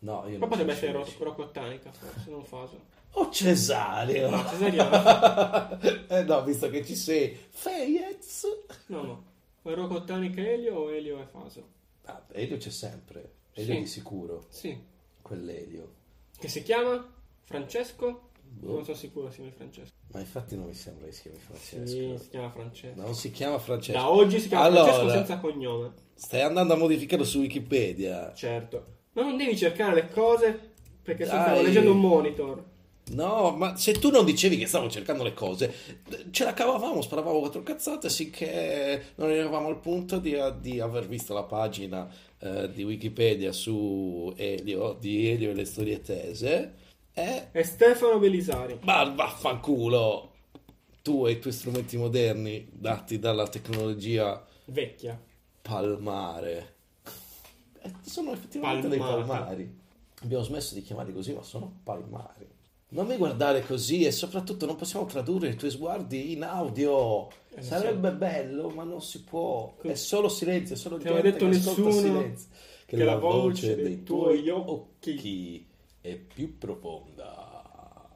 B: No,
A: Però
B: io non so
A: potrebbe
B: se-
A: essere Rocco Roccottanica, forse, non Faso.
B: Oh Cesario!
A: No, Cesariano.
B: eh no, visto che ci sei. Feyez!
A: No, no. O è Roccottanica e Elio o Elio e Faso?
B: Ah, Elio c'è sempre. Elio
A: Sì.
B: di sicuro.
A: Sì.
B: Quell'Elio.
A: Che si chiama? Francesco?
B: Boh.
A: Non sono sicuro si chiama Francesco.
B: Ma infatti non mi sembra che si chiami Francesco.
A: Sì, si chiama Francesco.
B: Non si chiama Francesco.
A: Da oggi si chiama
B: Allora,
A: Francesco senza cognome.
B: Stai andando a modificarlo su Wikipedia.
A: Certo. Ma non devi cercare le cose perché se
B: Dai.
A: stavo leggendo un monitor.
B: No, ma se tu non dicevi che stavo cercando le cose, ce la cavavamo, sparavamo quattro cazzate finché non eravamo al punto di, di aver visto la pagina eh, di Wikipedia su Elio, di Elio e le storie tese. Eh, E
A: È Stefano Belisari.
B: ma vaffanculo! Tu e i tuoi strumenti moderni dati dalla tecnologia
A: Vecchia.
B: palmare. Eh, Sono effettivamente dei
A: Palmata.
B: palmari. Abbiamo smesso di chiamarli così, ma sono palmari. Non mi guardare così e soprattutto non possiamo tradurre i tuoi sguardi in audio.
A: Eh,
B: Sarebbe bello, ma non si può. È solo silenzio, è solo
A: Ti aveva
B: gente
A: detto
B: che ascolta
A: nessuno
B: silenzio. Che,
A: che
B: la
A: la
B: voce dei tuoi
A: occhi
B: occhi è più profonda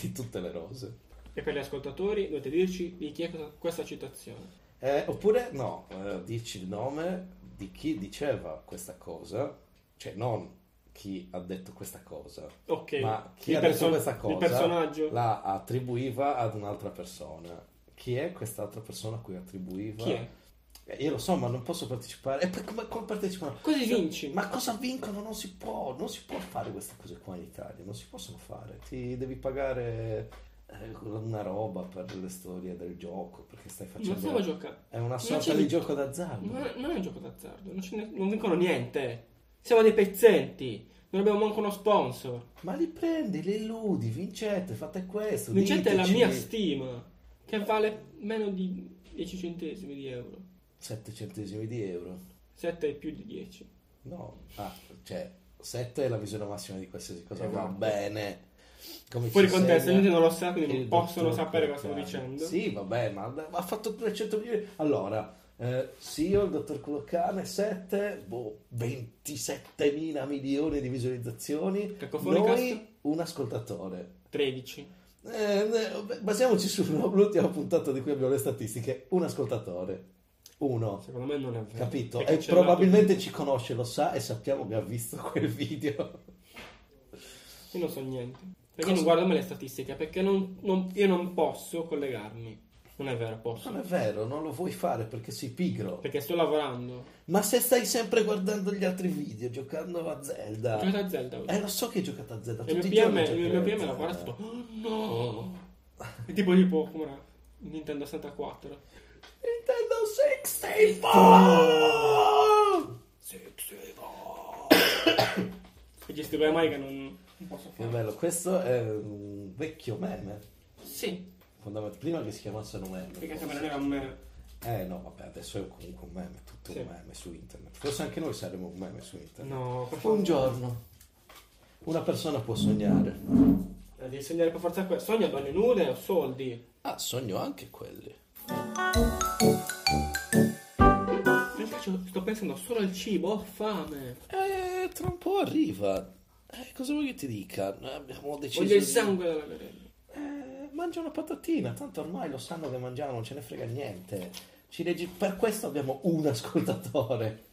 B: di tutte le rose.
A: E per gli ascoltatori dovete dirci di chi è questa- questa citazione.
B: Eh, oppure no, eh, dici il nome di chi diceva questa cosa, cioè non chi ha detto questa cosa,
A: Ok.
B: ma chi
A: Il
B: ha
A: perso-
B: detto questa cosa
A: Il personaggio.
B: la attribuiva ad un'altra persona. Chi è quest'altra persona a cui attribuiva?
A: Chi è?
B: Eh, io lo so, ma non posso partecipare. E poi come, come partecipano?
A: Così vinci.
B: Cioè, Ma cosa vincono? Non si può, non si può fare queste cose qua in Italia, non si possono fare. Ti devi pagare eh, una roba per le storie del gioco, perché stai
A: non stiamo
B: facendo...
A: giocando.
B: È una sorta
A: c'è
B: di
A: vinto.
B: gioco d'azzardo.
A: Non, non è un gioco d'azzardo. Non, ce ne- non vincono niente. Siamo dei pezzenti. Non abbiamo manco uno sponsor.
B: Ma li prendi, li illudi, vincete, fate questo.
A: Vincente è la
B: diteci
A: mia stima, che vale meno di 10 centesimi di euro.
B: 7 centesimi di euro.
A: 7 è più di 10.
B: No, ah, cioè 7 è la visione massima di qualsiasi cosa, va
A: Esatto.
B: bene. Come
A: Fuori
B: ci
A: contesto, la
B: insegna
A: gente non lo sa, quindi
B: il
A: non possono
B: dottor
A: sapere cosa sto
B: Culoccani.
A: dicendo.
B: Sì, vabbè, ma ma ha fatto 300 milioni. Allora, eh, sì, io il dottor Culoccane 7, boh, 27 mila milioni di visualizzazioni.
A: Cacofonicast?
B: Noi un ascoltatore.
A: 13.
B: Eh, eh, basiamoci sull'ultima puntata di cui abbiamo le statistiche. Un ascoltatore. Uno.
A: Secondo me non è vero.
B: Capito?
A: Perché
B: E
A: c'è andato-
B: probabilmente ci conosce, lo sa e sappiamo che ha visto quel video.
A: Io non so niente. Perché
B: Cosa?
A: non guardo mai le statistiche? Perché non- non- io non posso collegarmi. Non è vero,
B: Non
A: posso.
B: è vero, non lo vuoi fare perché sei pigro.
A: Perché sto lavorando.
B: Ma se stai sempre guardando gli altri video, giocando a Zelda.
A: Giocate a Zelda oggi.
B: Eh, lo so che hai giocato a Zelda.
A: E il
B: Tutti
A: mio
B: i
A: PM,
B: giorni
A: il mio
B: giochi a
A: PM
B: Zelda.
A: lavora tutto. Oh no! È tipo tipo come era? Nintendo 64.
B: Nintendo 64!
A: E gli scriveva mai che non, non posso
B: Che
A: fare.
B: bello, questo è un vecchio meme.
A: Sì,
B: Fondament- prima che si chiamassero meme.
A: Perché
B: forse.
A: sembra non era un meme.
B: Eh no, vabbè, adesso è comunque un meme, tutto
A: Sì.
B: un meme su internet. Forse anche noi saremo un meme su internet.
A: No, per
B: Un giorno una persona può sognare.
A: Eh, Devi sognare per forza questo. Sogna donne nude o soldi.
B: Ah, sogno anche quelli.
A: Nel caso sto pensando solo al cibo, ho fame.
B: Eh, tra un po' arriva. Eh, cosa vuoi che ti dica? Eh, Abbiamo deciso
A: Voglio il
B: di-
A: sangue della verena.
B: Eh, mangia una patatina, tanto ormai lo sanno che mangiamo, non ce ne frega niente. Ci leggi... Per questo abbiamo un ascoltatore.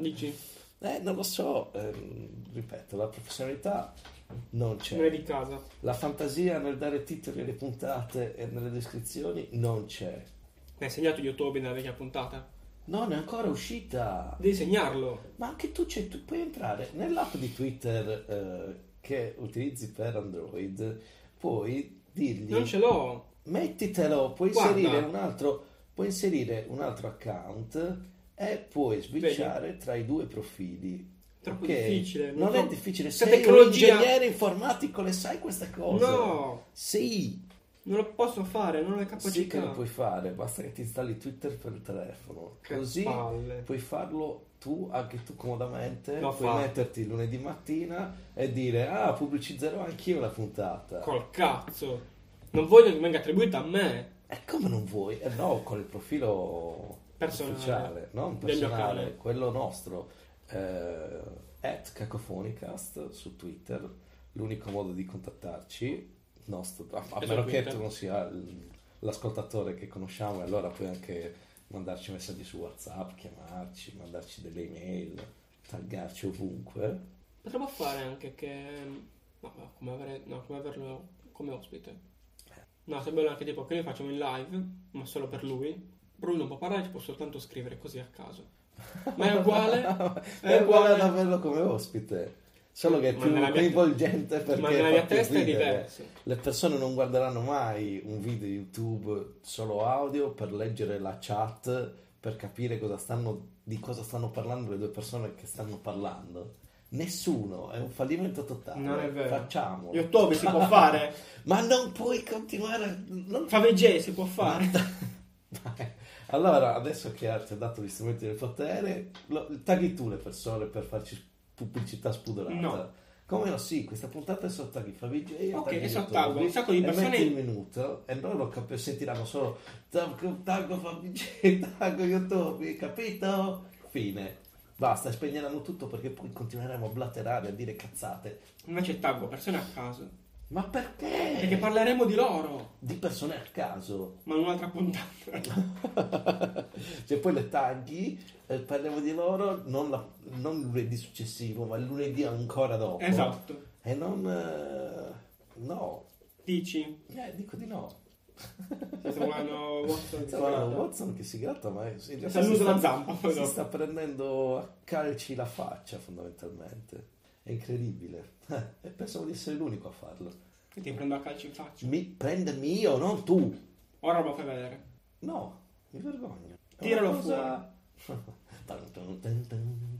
A: Dici,
B: Eh, non lo so, ehm, ripeto, la professionalità non c'è.
A: non è di casa.
B: La fantasia nel dare titoli alle puntate e nelle descrizioni non c'è.
A: Mi hai segnato YouTube nella vecchia puntata?
B: Non è ancora uscita.
A: Devi segnarlo.
B: Ma anche tu, c'è, tu puoi entrare nell'app di Twitter eh, che utilizzi per Android, puoi dirgli
A: Non ce l'ho.
B: mettitelo, puoi
A: Guarda.
B: inserire un altro, puoi inserire un altro account e puoi switchare tra i due profili.
A: Troppo
B: Ok?
A: difficile.
B: Non
A: Cioè, so-
B: è difficile,
A: Questa
B: sei
A: tecnologia-
B: un ingegnere informatico, le sai queste cose?
A: No,
B: Sì,
A: non lo posso fare, non ho le capacità.
B: sì che lo puoi fare, basta che ti installi Twitter per il telefono.
A: Che
B: Così
A: palle.
B: puoi farlo tu, anche tu comodamente,
A: L'ho
B: puoi
A: fatto.
B: metterti lunedì mattina e dire "Ah, pubblicizzerò anch'io la puntata".
A: Col cazzo. Non voglio che venga attribuita a me.
B: E come non vuoi? Eh no, con il profilo
A: Personale.
B: ufficiale, non
A: Del
B: personale,
A: locale.
B: quello nostro. Eh, At Cacofonicast su Twitter, l'unico modo di contattarci, nostro, a, a
A: E su
B: meno che
A: Twitter.
B: tu non sia l- l'ascoltatore che conosciamo, e allora puoi anche mandarci messaggi su WhatsApp, chiamarci, mandarci delle email, taggarci ovunque.
A: Potremmo fare anche che. No, no, come, avere- no, come averlo come ospite. No, sarebbe bello anche tipo che noi facciamo in live, ma solo per lui. Bruno può parlare, ci può soltanto scrivere così a caso. Ma è uguale?
B: è uguale ad averlo come ospite, solo che è
A: Ma
B: più
A: nella mia-
B: coinvolgente perché
A: Ma
B: fa
A: nella mia
B: più
A: testa è
B: ridere.
A: diverso.
B: Le persone non guarderanno mai un video YouTube solo audio per leggere la chat, per capire cosa stanno, di cosa stanno parlando le due persone che stanno parlando. Nessuno, è un fallimento totale.
A: Non è vero.
B: Facciamolo.
A: YouTube si può fare.
B: Ma non puoi continuare. a- Non
A: Favegge si può fare.
B: Guarda. Dai. Allora, adesso che ti ho dato gli strumenti del potere, lo- tagli tu le persone per farci pubblicità spudorata.
A: No.
B: Come no? Sì, questa puntata è sottagli Favij
A: Ok, è sottagli, un sacco di persone-
B: E metti il minuto e loro lo cap- sentiranno solo tag- taggo Favij, taggo YouTube, capito? Fine. Basta, spegneranno tutto perché poi continueremo a blaterare, a dire cazzate.
A: Invece taggo persone a caso.
B: Ma perché?
A: Perché parleremo di loro.
B: Di persone a caso.
A: Ma in un'altra puntata.
B: cioè poi le tagli eh, parliamo di loro non, la- non lunedì successivo ma lunedì ancora dopo
A: Esatto.
B: e non eh, no
A: Dici?
B: eh, dico di no
A: Trovano Watson. che si
B: Insomma,
A: guarda.
B: Watson che si gratta ma in realtà
A: Si allusa la zampa, poi
B: si
A: dopo.
B: sta prendendo a calci la faccia fondamentalmente è incredibile e pensavo di essere l'unico a farlo
A: Che ti prendo a calcio in faccia.
B: mi, prendermi io non tu
A: Ora lo fai vedere.
B: No, mi vergogno. È
A: Tiralo
B: una cosa- Tan, tan, tan, tan.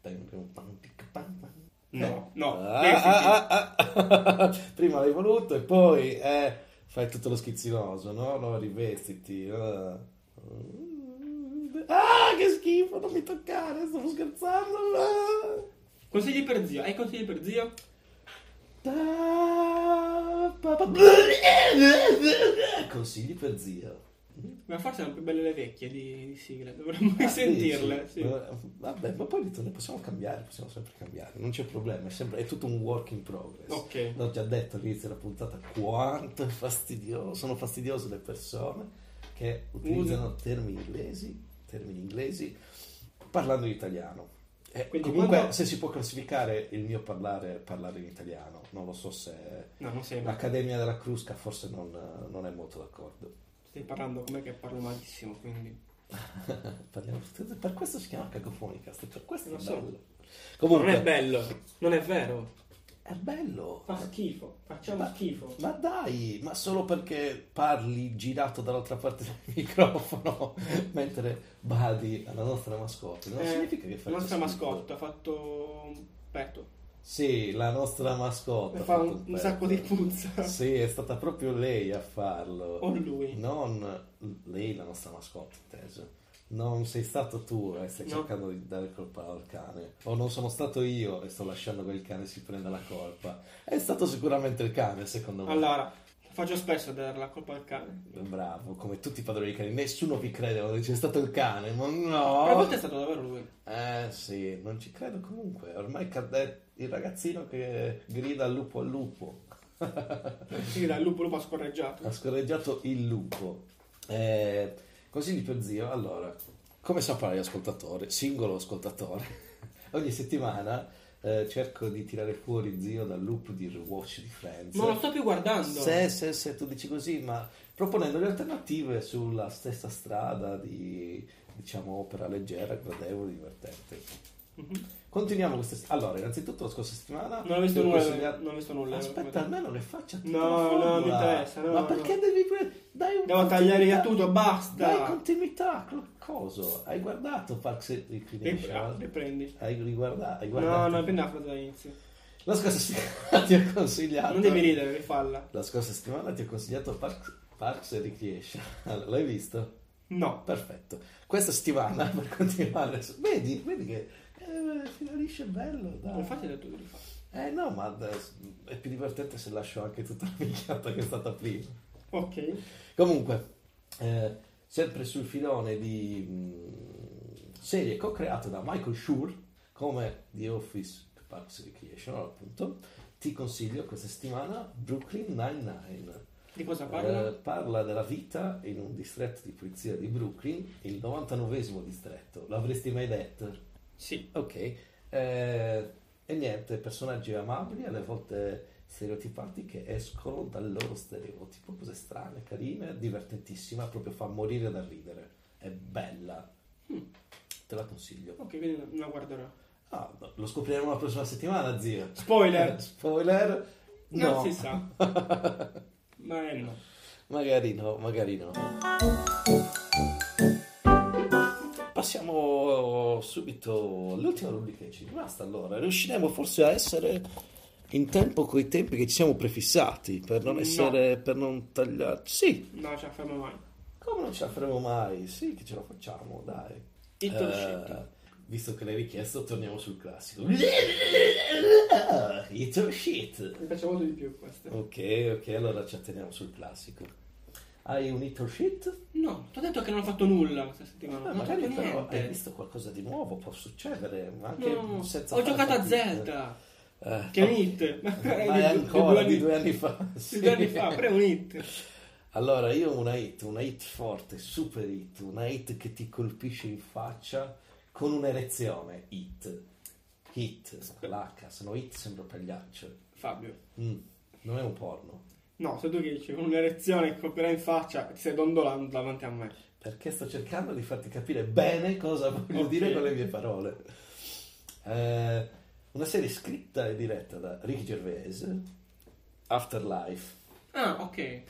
B: Tan, tan, tan, tic, pan, pan.
A: No, no.
B: Ah,
A: Eh, sì, sì.
B: ah, ah, ah. Prima l'hai voluto e poi eh, fai tutto lo schizzinoso, no? No, rivestiti. Ah, Ah, che schifo, non mi toccare, stavo scherzando. Ah.
A: Consigli per zio. Hai consigli per zio?
B: Ta- pa- pa- Consigli per zio.
A: Ma forse erano più belle le vecchie di, di sigle. Dovremmo
B: Ah,
A: risentirle.
B: dici?
A: Sì.
B: Eh, Vabbè, ma poi detto, ne possiamo cambiare, possiamo sempre cambiare, non c'è problema, è, sempre- è tutto un work in progress.
A: Ok.
B: L'ho già detto all'inizio della puntata quanto è fastidioso, sono fastidiose le persone che utilizzano termini inglesi, termini inglesi parlando in italiano. Eh,
A: Quindi
B: comunque
A: quando-
B: se si può classificare il mio parlare, parlare in italiano, non lo so se
A: No, non sembra.
B: l'Accademia della Crusca forse non, non è molto d'accordo.
A: Stai parlando come che parlo malissimo, quindi.
B: Eh, Parliamo- per questo si chiama cacofonica, per questo è
A: Non so.
B: bello.
A: Non
B: Comunque,
A: è bello. Non è vero.
B: è bello.
A: Fa schifo. Facciamo
B: Ma-
A: schifo.
B: Ma dai, ma solo perché parli girato dall'altra parte del microfono mentre badi alla nostra mascotte, non
A: Eh,
B: significa che
A: La
B: faccia
A: nostra
B: schifo.
A: mascotte ha fatto un petto.
B: Sì, la nostra mascotte. ha
A: Fa
B: fatto
A: un, un
B: pezzo.
A: sacco di puzza.
B: Sì, è stata proprio lei a farlo.
A: O lui.
B: Non lei, la nostra mascotte, inteso. Non sei stato tu e stai
A: No.
B: cercando di dare colpa al cane. O non sono stato io e sto lasciando che il cane si prenda la colpa. È stato sicuramente il cane, secondo me.
A: Allora, faccio spesso a dare la colpa al cane.
B: Bravo, come tutti i padroni di cani. Nessuno vi credeva, dice, è stato il cane, ma no.
A: Una volta è stato davvero lui.
B: Eh sì, non ci credo comunque. Ormai cade il ragazzino che grida al lupo al lupo.
A: Sì, dal lupo lupo ha scorreggiato.
B: Ha scorreggiato il lupo. Eh, consigli per zio. Allora, come saprai, ascoltatore, singolo ascoltatore, ogni settimana eh, cerco di tirare fuori zio dal loop di Rewatch di Friends.
A: Ma non lo sto più guardando.
B: Se, se, se tu dici così, ma proponendo le alternative sulla stessa strada di diciamo opera leggera, gradevole, divertente.
A: Mhm.
B: Continuiamo queste. Allora, innanzitutto la scorsa settimana.
A: Non ho visto
B: vi ho
A: nulla,
B: consigliato-
A: non ho visto nulla.
B: Aspetta, almeno le faccia tutta
A: No,
B: la formula.
A: no, mi interessa, no,
B: Ma
A: no.
B: perché devi pre- Dai un
A: Devo
B: continuità-
A: tagliare via tutto, basta.
B: Dai continuità, col coso. Hai guardato Parks and
A: Rip- ah,
B: Recreation?
A: riprendi.
B: Hai riguardato? Hai
A: No,
B: guardato?
A: no, riprendi la frase dall'inizio.
B: La scorsa settimana ti ho consigliato.
A: Non devi ridere, rifalla.
B: La scorsa settimana ti ho consigliato Parks, Parks and Recreation. Allora, l'hai visto?
A: No.
B: Perfetto. Questa settimana per continuare. su- Vedi, vedi che eh, fiorisce bello. Dai.
A: Infatti hai detto di rifarlo.
B: Eh no, ma adesso è più divertente se lascio anche tutta la minchiata che è stata prima.
A: Ok.
B: Comunque, eh, sempre sul filone di mh, serie co-create da Michael Schur, come The Office Parks and Recreation, appunto, ti consiglio questa settimana Brooklyn Nine-Nine.
A: Di cosa Ah, parla?
B: Eh, parla della vita in un distretto di polizia di Brooklyn, il 99esimo distretto. L'avresti mai detto?
A: Sì.
B: Ok, eh, e niente, personaggi amabili, alle volte stereotipati che escono dal loro stereotipo, cose strane, carine, divertentissima, proprio fa morire da ridere, è bella, Hm,
A: Mm.
B: te la consiglio.
A: Ok, quindi la guarderò.
B: Ah, lo scopriremo la prossima settimana, zio.
A: Spoiler!
B: Spoiler? No,
A: Non si sa. Ma eh no.
B: magari no, magari no. Passiamo subito all'ultima rubrica che ci è rimasta allora. Riusciremo forse a essere in tempo coi tempi che ci siamo prefissati per non
A: No.
B: essere, per non tagliarci. Sì,
A: No, ci affermo mai.
B: come non ce la faremo mai? Sì, che ce la facciamo, dai.
A: Il
B: Eh,
A: Toroscetti.
B: visto che l'hai richiesto, torniamo sul classico. It's a shit.
A: Mi piace molto di più questa.
B: Ok, ok, allora ci atteniamo sul classico. Hai un hit or shit?
A: No, ti ho detto che non ho fatto nulla questa
B: Eh,
A: settimana. non ho
B: magari
A: fatto
B: però hai
A: niente.
B: visto qualcosa di nuovo, può succedere, ma anche
A: No,
B: senza
A: ho
B: fare
A: giocato a
B: fatica.
A: Zelda.
B: Eh,
A: Che è un
B: ok.
A: hit. Ma
B: Ma
A: di
B: è
A: due-
B: ancora
A: di
B: di due anni fa.
A: Sì,
B: sì.
A: due anni fa, però è un hit.
B: Allora, io ho una hit, una hit forte, super hit, una hit che ti colpisce in faccia con un'erezione. Hit. Hit, con l'H, se no hit sembra pagliaccio.
A: Fabio.
B: Mm, non è un porno.
A: No, se tu che dici con un'erezione che colpirà in faccia, ti stai dondolando davanti a me.
B: Perché sto cercando di farti capire bene cosa voglio
A: Ok.
B: dire con le mie parole. Eh, una serie scritta e diretta da Rick Gervais, Afterlife,
A: Ah, ok.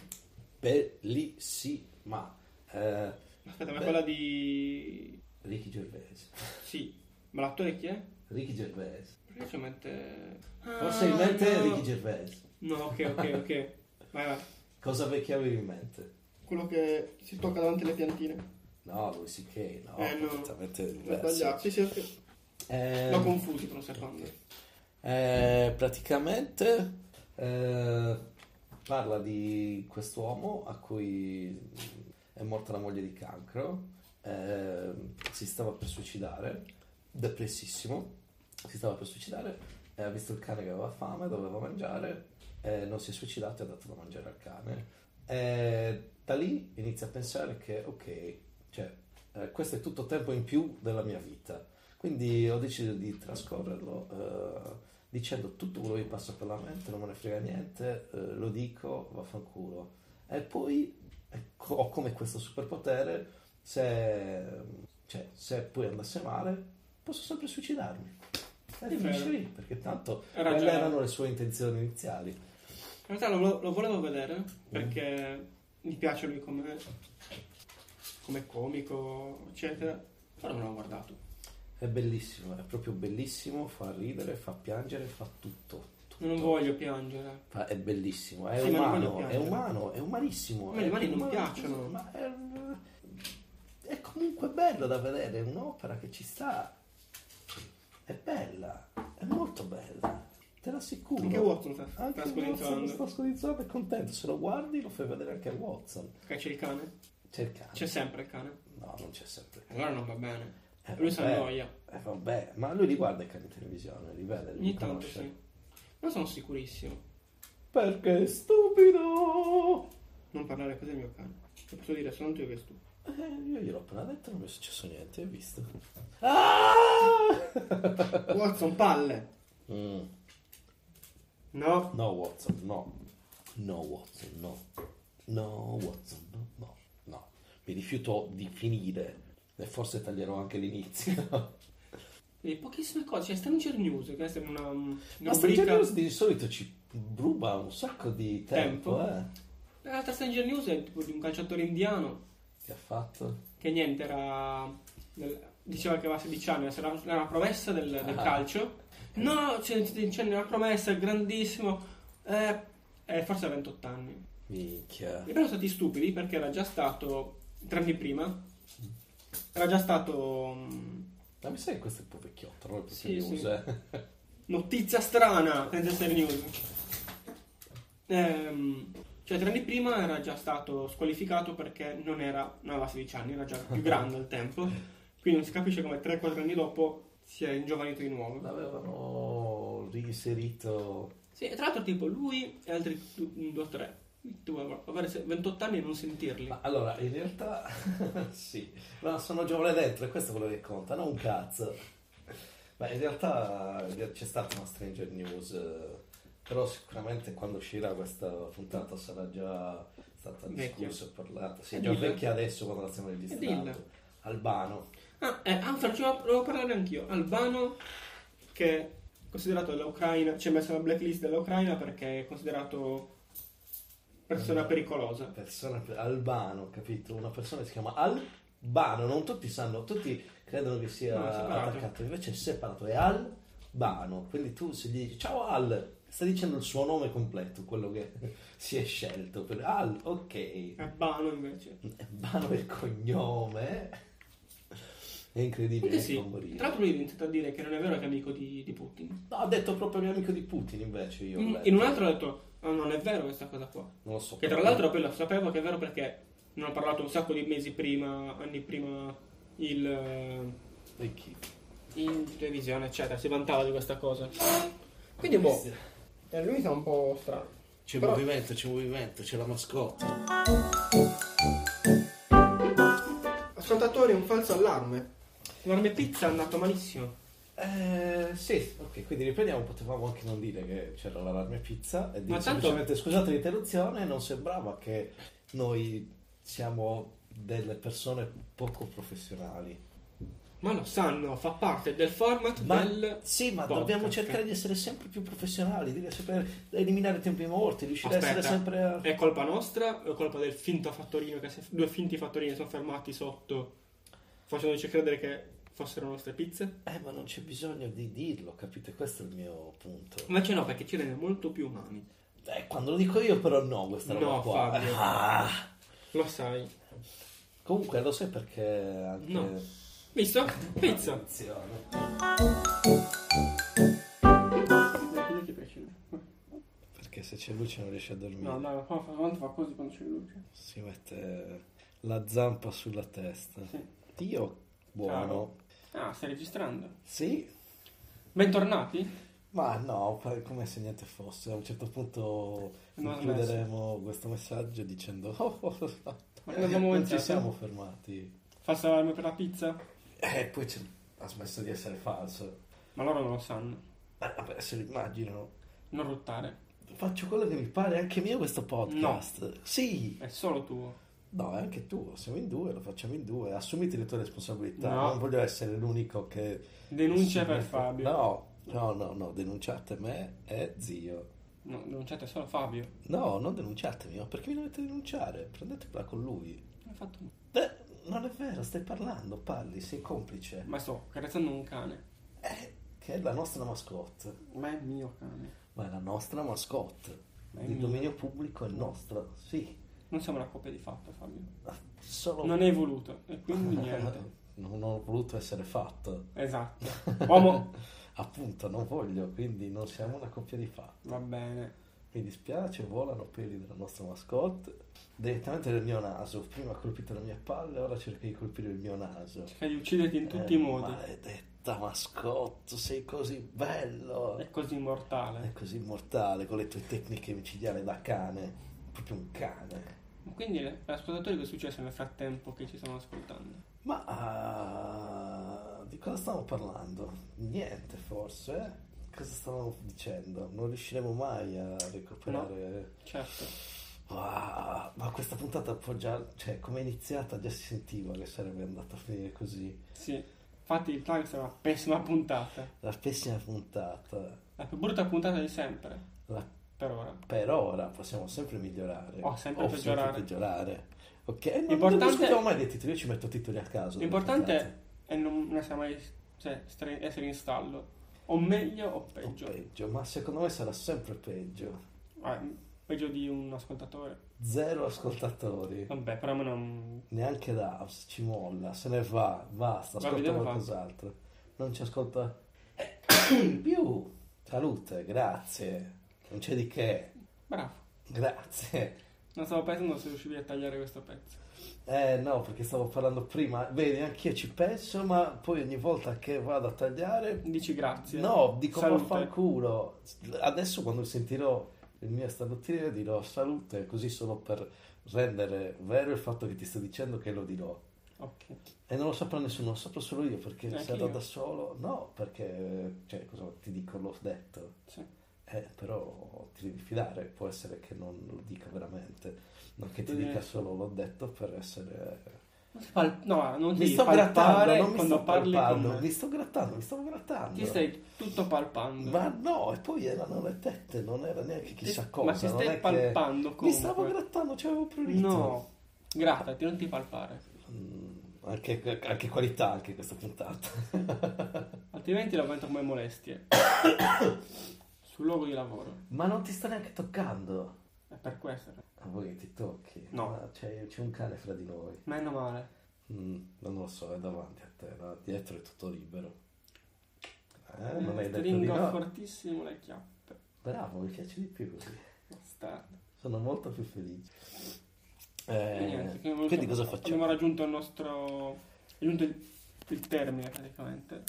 B: bellissima. Eh,
A: Aspetta, ma è
B: Beh.
A: quella di...
B: Ricky Gervais.
A: Sì. Ma l'attore chi è?
B: Ricky Gervais.
A: Perché c'è in mente... Ah,
B: Forse in mente
A: no.
B: Ricky Gervais.
A: No, ok, ok, ok. Vai, vai.
B: Cosa vecchia avevi in mente?
A: Quello che si tocca davanti alle piantine.
B: No, lui si che, no,
A: Eh, no.
B: completamente
A: L'ho
B: diverso.
A: sbagliato. Sì, sì, ok.
B: Eh,
A: L'ho confuso per un secondo.
B: Eh, praticamente eh, parla di quest'uomo a cui è morta la moglie di cancro, eh, si stava per suicidare, depressissimo, si stava per suicidare, eh, ha visto il cane che aveva fame, doveva mangiare, eh, non si è suicidato e ha dato da mangiare al
A: Mm.
B: cane. Eh, da lì inizia a pensare che ok, cioè, eh, questo è tutto tempo in più della mia vita, quindi ho deciso di trascorrerlo. eh, dicendo tutto quello che mi passa per la mente, non me ne frega niente, eh, lo dico, vaffanculo. E poi ecco, ho come questo superpotere, se, cioè, se poi andasse male, posso sempre suicidarmi. E
A: È
B: finisce
A: vero.
B: lì, perché tanto
A: Hai ragione.
B: quelle erano le sue intenzioni iniziali.
A: In realtà lo, lo volevo vedere perché mi piace lui come, come comico, eccetera. Però non l'ho guardato.
B: È bellissimo, è proprio bellissimo, fa ridere, fa piangere, fa tutto. tutto.
A: Non voglio piangere.
B: Fa- È bellissimo, è
A: Sì, ma non voglio
B: umano, è
A: piangere.
B: umano, è umanissimo.
A: A me
B: è
A: le mani non
B: umano,
A: piacciono.
B: Ma è, è comunque bello da vedere, è un'opera che ci sta. È bella, è molto bella, te l'assicuro.
A: Anche Watson sta, sta
B: Anche Watson
A: scodinzolando.
B: sta scodinzando, è contento. Se lo guardi lo fai vedere anche a Watson.
A: Perché c'è il cane?
B: C'è il cane.
A: C'è sempre il cane.
B: No, non c'è sempre. il cane.
A: Allora non va bene.
B: Eh,
A: Lui si
B: vabbè.
A: annoia.
B: Eh, vabbè, ma lui li guarda i cani in televisione, li vede, li
A: Ogni tanto
B: conosce.
A: sì. Non sono sicurissimo.
B: Perché è stupido!
A: Non parlare così al mio cane. Lo posso dire soltanto io che sto.
B: Eh, io gliel'ho appena detto, non mi è successo niente, hai visto? Ah!
A: Watson, palle!
B: Mm,
A: No.
B: no, Watson, no. No, Watson, no. No, Watson, no, no, no. Mi rifiuto di finire. E forse taglierò anche l'inizio.
A: E pochissime cose. C'è Stranger News, che è una, una
B: Ma
A: rubrica-
B: Ah, Stranger News di solito ci ruba un sacco di tempo,
A: Tempo.
B: eh.
A: La realtà Stranger News è tipo di un calciatore indiano
B: Che ha fatto?
A: che niente era nel- diceva che aveva 16 anni era era una promessa del, del
B: Ah.
A: calcio no c'è, c'è una promessa è grandissimo eh, eh, forse ha 28 anni
B: Minchia.
A: e però sono stati stupidi perché era già stato tre anni prima era già stato mm,
B: Ma mi sa che questo è un po' vecchiotto, non è proprio
A: Sì,
B: news,
A: sì.
B: eh.
A: notizia strana Senza essere news Ehm, Cioè, tre anni prima era già stato squalificato perché non, era, non aveva 16 anni, era già più grande al tempo. Quindi non si capisce come 3-4 anni dopo si è ingiovanito di nuovo.
B: L'avevano reinserito.
A: Sì, e tra l'altro, tipo lui e altri 2 o 3. Avere se- 28 anni e non sentirli.
B: Ma allora, in realtà sì, ma sono giovane dentro e questo è quello che conta, non un cazzo. Ma in realtà c'è stata una Stranger News, eh, però sicuramente quando uscirà questa puntata sarà già stata
A: Vecchia.
B: discussa e parlata. Sì,
A: E
B: già
A: dilla.
B: vecchia adesso quando la stiamo
A: dilla.
B: registrando. Albano.
A: Ah, eh, ah, fra- ci volevo volevo parlare anch'io. Albano, che è considerato dell'Ucraina, ci è messo la blacklist dell'Ucraina perché è considerato persona
B: Una
A: pericolosa.
B: persona albano, capito? Una persona che si chiama albano, non tutti sanno, tutti credono che sia
A: No, è separato.
B: attaccato, invece è separato, è albano, quindi tu se gli dici ciao Al, sta dicendo il suo nome completo, quello che si è scelto, per Al, ok,
A: Albano invece.
B: albano è il cognome, è incredibile,
A: Comunque
B: non
A: sì,
B: morire.
A: tra l'altro lui è iniziato a dire che non è vero che è amico di, di Putin.
B: No, ha detto proprio mio amico di Putin invece, io ho
A: In,
B: letto.
A: in un altro ha detto, "Ah, non è vero questa cosa qua.
B: non lo so.
A: Che tra l'altro poi lo sapevo che è vero perché ne ho parlato un sacco di mesi prima, anni prima, il, eh,
B: Di chi?
A: in televisione, eccetera, si vantava di questa cosa. Quindi boh, eh, lui sa un po' strano.
B: C'è
A: Però-
B: movimento, c'è movimento, c'è la mascotte.
A: Ascoltatori, un falso allarme. L'allarme pizza è andato malissimo.
B: Eh, sì, ok, quindi riprendiamo, potevamo anche non dire che c'era l'allarme pizza e dire
A: Ma tanto-
B: semplicemente scusate l'interruzione, non sembrava che noi siamo delle persone poco professionali.
A: Ma lo sanno, fa parte del format
B: Ma,
A: del...
B: sì, ma
A: podcast.
B: dobbiamo cercare di essere sempre più professionali, di sempre eliminare i tempi morti, riuscire a essere
A: Aspetta.
B: sempre... a-
A: È colpa nostra o è colpa del finto fattorino che se- due finti fattorini sono fermati sotto facendoci credere che fossero nostre pizze?
B: Eh, ma non c'è bisogno di dirlo, capite? Questo è il mio punto.
A: Invece no, perché ci rende molto più umani.
B: Eh, quando lo dico io però no, questa roba
A: No,
B: qua.
A: Fabio.
B: Ah!
A: Lo sai.
B: Comunque lo sai perché anche...
A: No. Visto? Pizza.
B: Maledizione. Perché se c'è luce non riesce a dormire.
A: No, no, fa, fa, fa così quando c'è luce.
B: Si mette la zampa sulla testa.
A: Sì.
B: Dio buono.
A: Ciao. Ah, stai registrando.
B: Sì?
A: Bentornati?
B: Ma no, pa- come se niente fosse. A un certo punto
A: Non
B: chiuderemo questo messaggio dicendo oh, oh, oh, no.
A: Ma non abbiamo
B: non ci
A: iniziato.
B: siamo fermati.
A: Falso allarme per la pizza?
B: E poi c'è- ha smesso di essere falso.
A: Ma loro non lo sanno.
B: Eh, vabbè, se lo immaginano.
A: Non ruttare.
B: Faccio quello che mi pare, anche mio questo podcast. Sì!
A: È solo tuo.
B: No, è anche tu, siamo in due, lo facciamo in due, assumiti le tue responsabilità,
A: No.
B: non voglio essere l'unico che...
A: Denuncia
B: si
A: per
B: mette-
A: Fabio.
B: No, no, no, no, denunciate me e zio.
A: No, denunciate solo Fabio.
B: No, non denunciatemi, ma perché mi dovete denunciare? Prendetela con lui.
A: Hai fatto un-
B: Beh, non è vero, stai parlando, parli, sei complice.
A: Ma sto carezzando un cane.
B: Eh, che è la nostra mascotte.
A: Ma è mio cane.
B: Ma è la nostra mascotte.
A: Ma è
B: Il
A: mio.
B: dominio pubblico è nostro, sì.
A: Non siamo una coppia di fatto, Fabio.
B: Solo... Eh,
A: Non hai voluto. E quindi niente.
B: Non ho voluto essere fatto.
A: Esatto. Uomo.
B: Appunto, non voglio, quindi non siamo una coppia di fatto.
A: Va bene.
B: Mi dispiace, volano peli della nostra mascotte direttamente dal mio naso. Prima ha colpito la mia palla, ora cerca di colpire il mio naso.
A: Cerca di ucciderti in tutti i
B: Eh,
A: modi.
B: Maledetta mascotte, sei così bello!
A: È così
B: È
A: immortale.
B: così immortale con le tue tecniche micidiali da cane. Proprio un cane.
A: Quindi, per gli ascoltatori, cosa è successo nel frattempo che ci stanno ascoltando?
B: Ma ah, di cosa stiamo parlando? Niente, forse. eh? Cosa stavamo dicendo? Non riusciremo mai a recuperare.
A: Certo.
B: Ah, ma questa puntata può già, cioè, come è iniziata già si sentiva che sarebbe andata a finire così.
A: Sì. Infatti, il tag sarà una pessima puntata.
B: La pessima puntata.
A: La più brutta puntata di sempre.
B: La-
A: Per ora.
B: per ora possiamo sempre migliorare.
A: Oh, sempre peggiorare.
B: peggiorare. Ok, non- non
A: L'importante-
B: discutiamo mai dei titoli, io ci metto titoli a caso. delle puntate.
A: L'importante è non non essere mai cioè, stre- essere in stallo. O meglio o
B: O
A: peggio.
B: peggio, ma secondo me sarà sempre peggio.
A: Eh, peggio di un ascoltatore.
B: Zero ascoltatori.
A: Vabbè, però a me non.
B: Neanche Raps ci molla, se ne va,
A: Ma
B: basta, ascolta
A: vediamo
B: qualcos'altro. Non ci ascolta più. Salute, grazie. Non c'è di che.
A: Bravo.
B: Grazie.
A: Non stavo pensando se riuscivi a tagliare questo pezzo.
B: Eh no, perché stavo parlando prima, vedi, anch'io ci penso, ma poi ogni volta che vado a tagliare,
A: Dici grazie.
B: no, dico ma
A: Salute.
B: fanculo. Adesso quando sentirò il mio stamattina dirò salute, così solo per rendere vero il fatto che ti sto dicendo che lo dirò.
A: Ok.
B: E non lo saprà nessuno, lo saprò solo io perché
A: Neanche
B: se ero
A: io.
B: da solo, no, perché, cioè, cosa ti dico, l'ho detto.
A: Sì.
B: Eh, però ti devi fidare, può essere che non lo dica veramente, non che ti
A: Quindi-
B: dica solo l'ho detto per essere...
A: Pal- no, ah, non ti
B: Mi sto
A: palpare
B: grattando, non mi
A: quando
B: sto
A: parli
B: palpando,
A: con me.
B: mi sto grattando, mi sto grattando.
A: Ti stai tutto palpando.
B: Ma no, e poi erano le tette, non era neanche chissà
A: Ti-
B: cosa,
A: Ma ti
B: non è
A: stai
B: che-
A: palpando
B: Mi
A: comunque.
B: stavo grattando, ci avevo prurito.
A: No, grattati, non ti palpare.
B: Mm, anche, anche qualità, anche questa puntata.
A: Altrimenti la metto come molestie. Sul luogo di lavoro.
B: Ma non ti sto neanche toccando.
A: È per questo.
B: A voi Ah, che ti tocchi?
A: No.
B: Ma C'è, c'è un cane fra di noi.
A: Meno male.
B: Mm, non lo so, è davanti a te, no? dietro è tutto libero. Eh, non hai detto di
A: Stringo
B: no.
A: fortissimo le chiappe.
B: Bravo, mi piace di più così.
A: Bastardo.
B: Sono molto più felice.
A: E niente,
B: Eh,
A: che abbiamo-
B: quindi cosa facciamo?
A: Abbiamo raggiunto il nostro... è giunto il, il termine praticamente.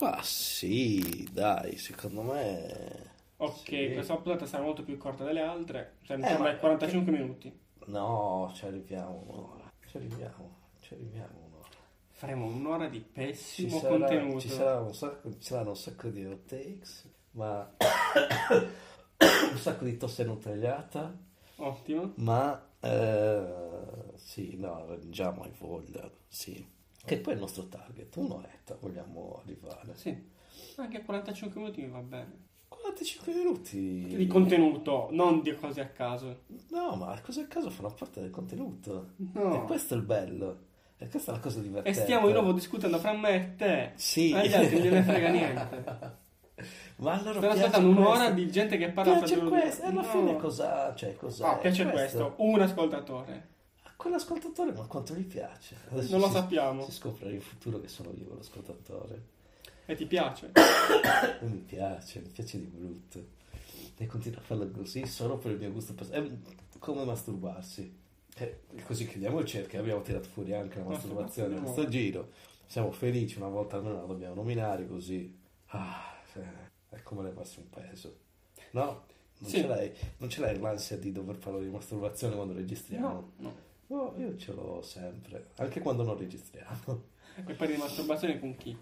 B: Ma sì, dai, secondo me...
A: Ok,
B: Sì.
A: questa puntata sarà molto più corta delle altre. Cioè, mi
B: Eh,
A: sembra
B: ma-
A: 45 minuti.
B: No, ci arriviamo un'ora. Ci arriviamo, ci arriviamo un'ora.
A: Faremo un'ora di
B: Ci
A: pessimo
B: sarà-
A: contenuto.
B: ci sarà un sacco- ci saranno un sacco di hot takes, ma un sacco di tosse non tagliata.
A: Ottimo.
B: Ma eh, sì, no, raggiungiamo ai voglia, sì. Che poi è il nostro target, un'oretta vogliamo arrivare.
A: Sì. Anche 45 minuti mi va bene.
B: 45 minuti.
A: Di contenuto, non di cose a caso.
B: No, ma cose a caso fanno parte del contenuto. E
A: No.
B: questo è il bello. E questa è la cosa
A: E
B: divertente.
A: stiamo di nuovo discutendo fra me e te.
B: Eh, certo. Sì.
A: Agli altri non gliene frega niente.
B: Ma
A: Stanno
B: allora piace
A: ascoltando un'ora
B: questo.
A: di gente che parla
B: Piace
A: fra di loro.
B: questo. E alla
A: No.
B: fine cosa, cioè, cos'è?
A: Ah, piace questo. Un ascoltatore.
B: A quell'ascoltatore, ma quanto gli piace? Adesso
A: Non lo
B: si-
A: sappiamo.
B: Si scoprirà in futuro che sono io l'ascoltatore.
A: E ti piace?
B: E Mi piace, mi piace di brutto. E continuo a farlo così solo per il mio gusto personale. È come masturbarsi. E così chiudiamo il cerchio. Abbiamo tirato fuori anche la masturbazione in questo giro. Siamo felici, una volta almeno la dobbiamo nominare così. Ah, eh, è come levarsi un peso. No? Non,
A: Sì.
B: ce l'hai, non ce l'hai l'ansia di dover parlare di masturbazione quando registriamo?
A: No, no.
B: No, io ce l'ho sempre, anche quando non registriamo.
A: E parli di masturbazione con chi?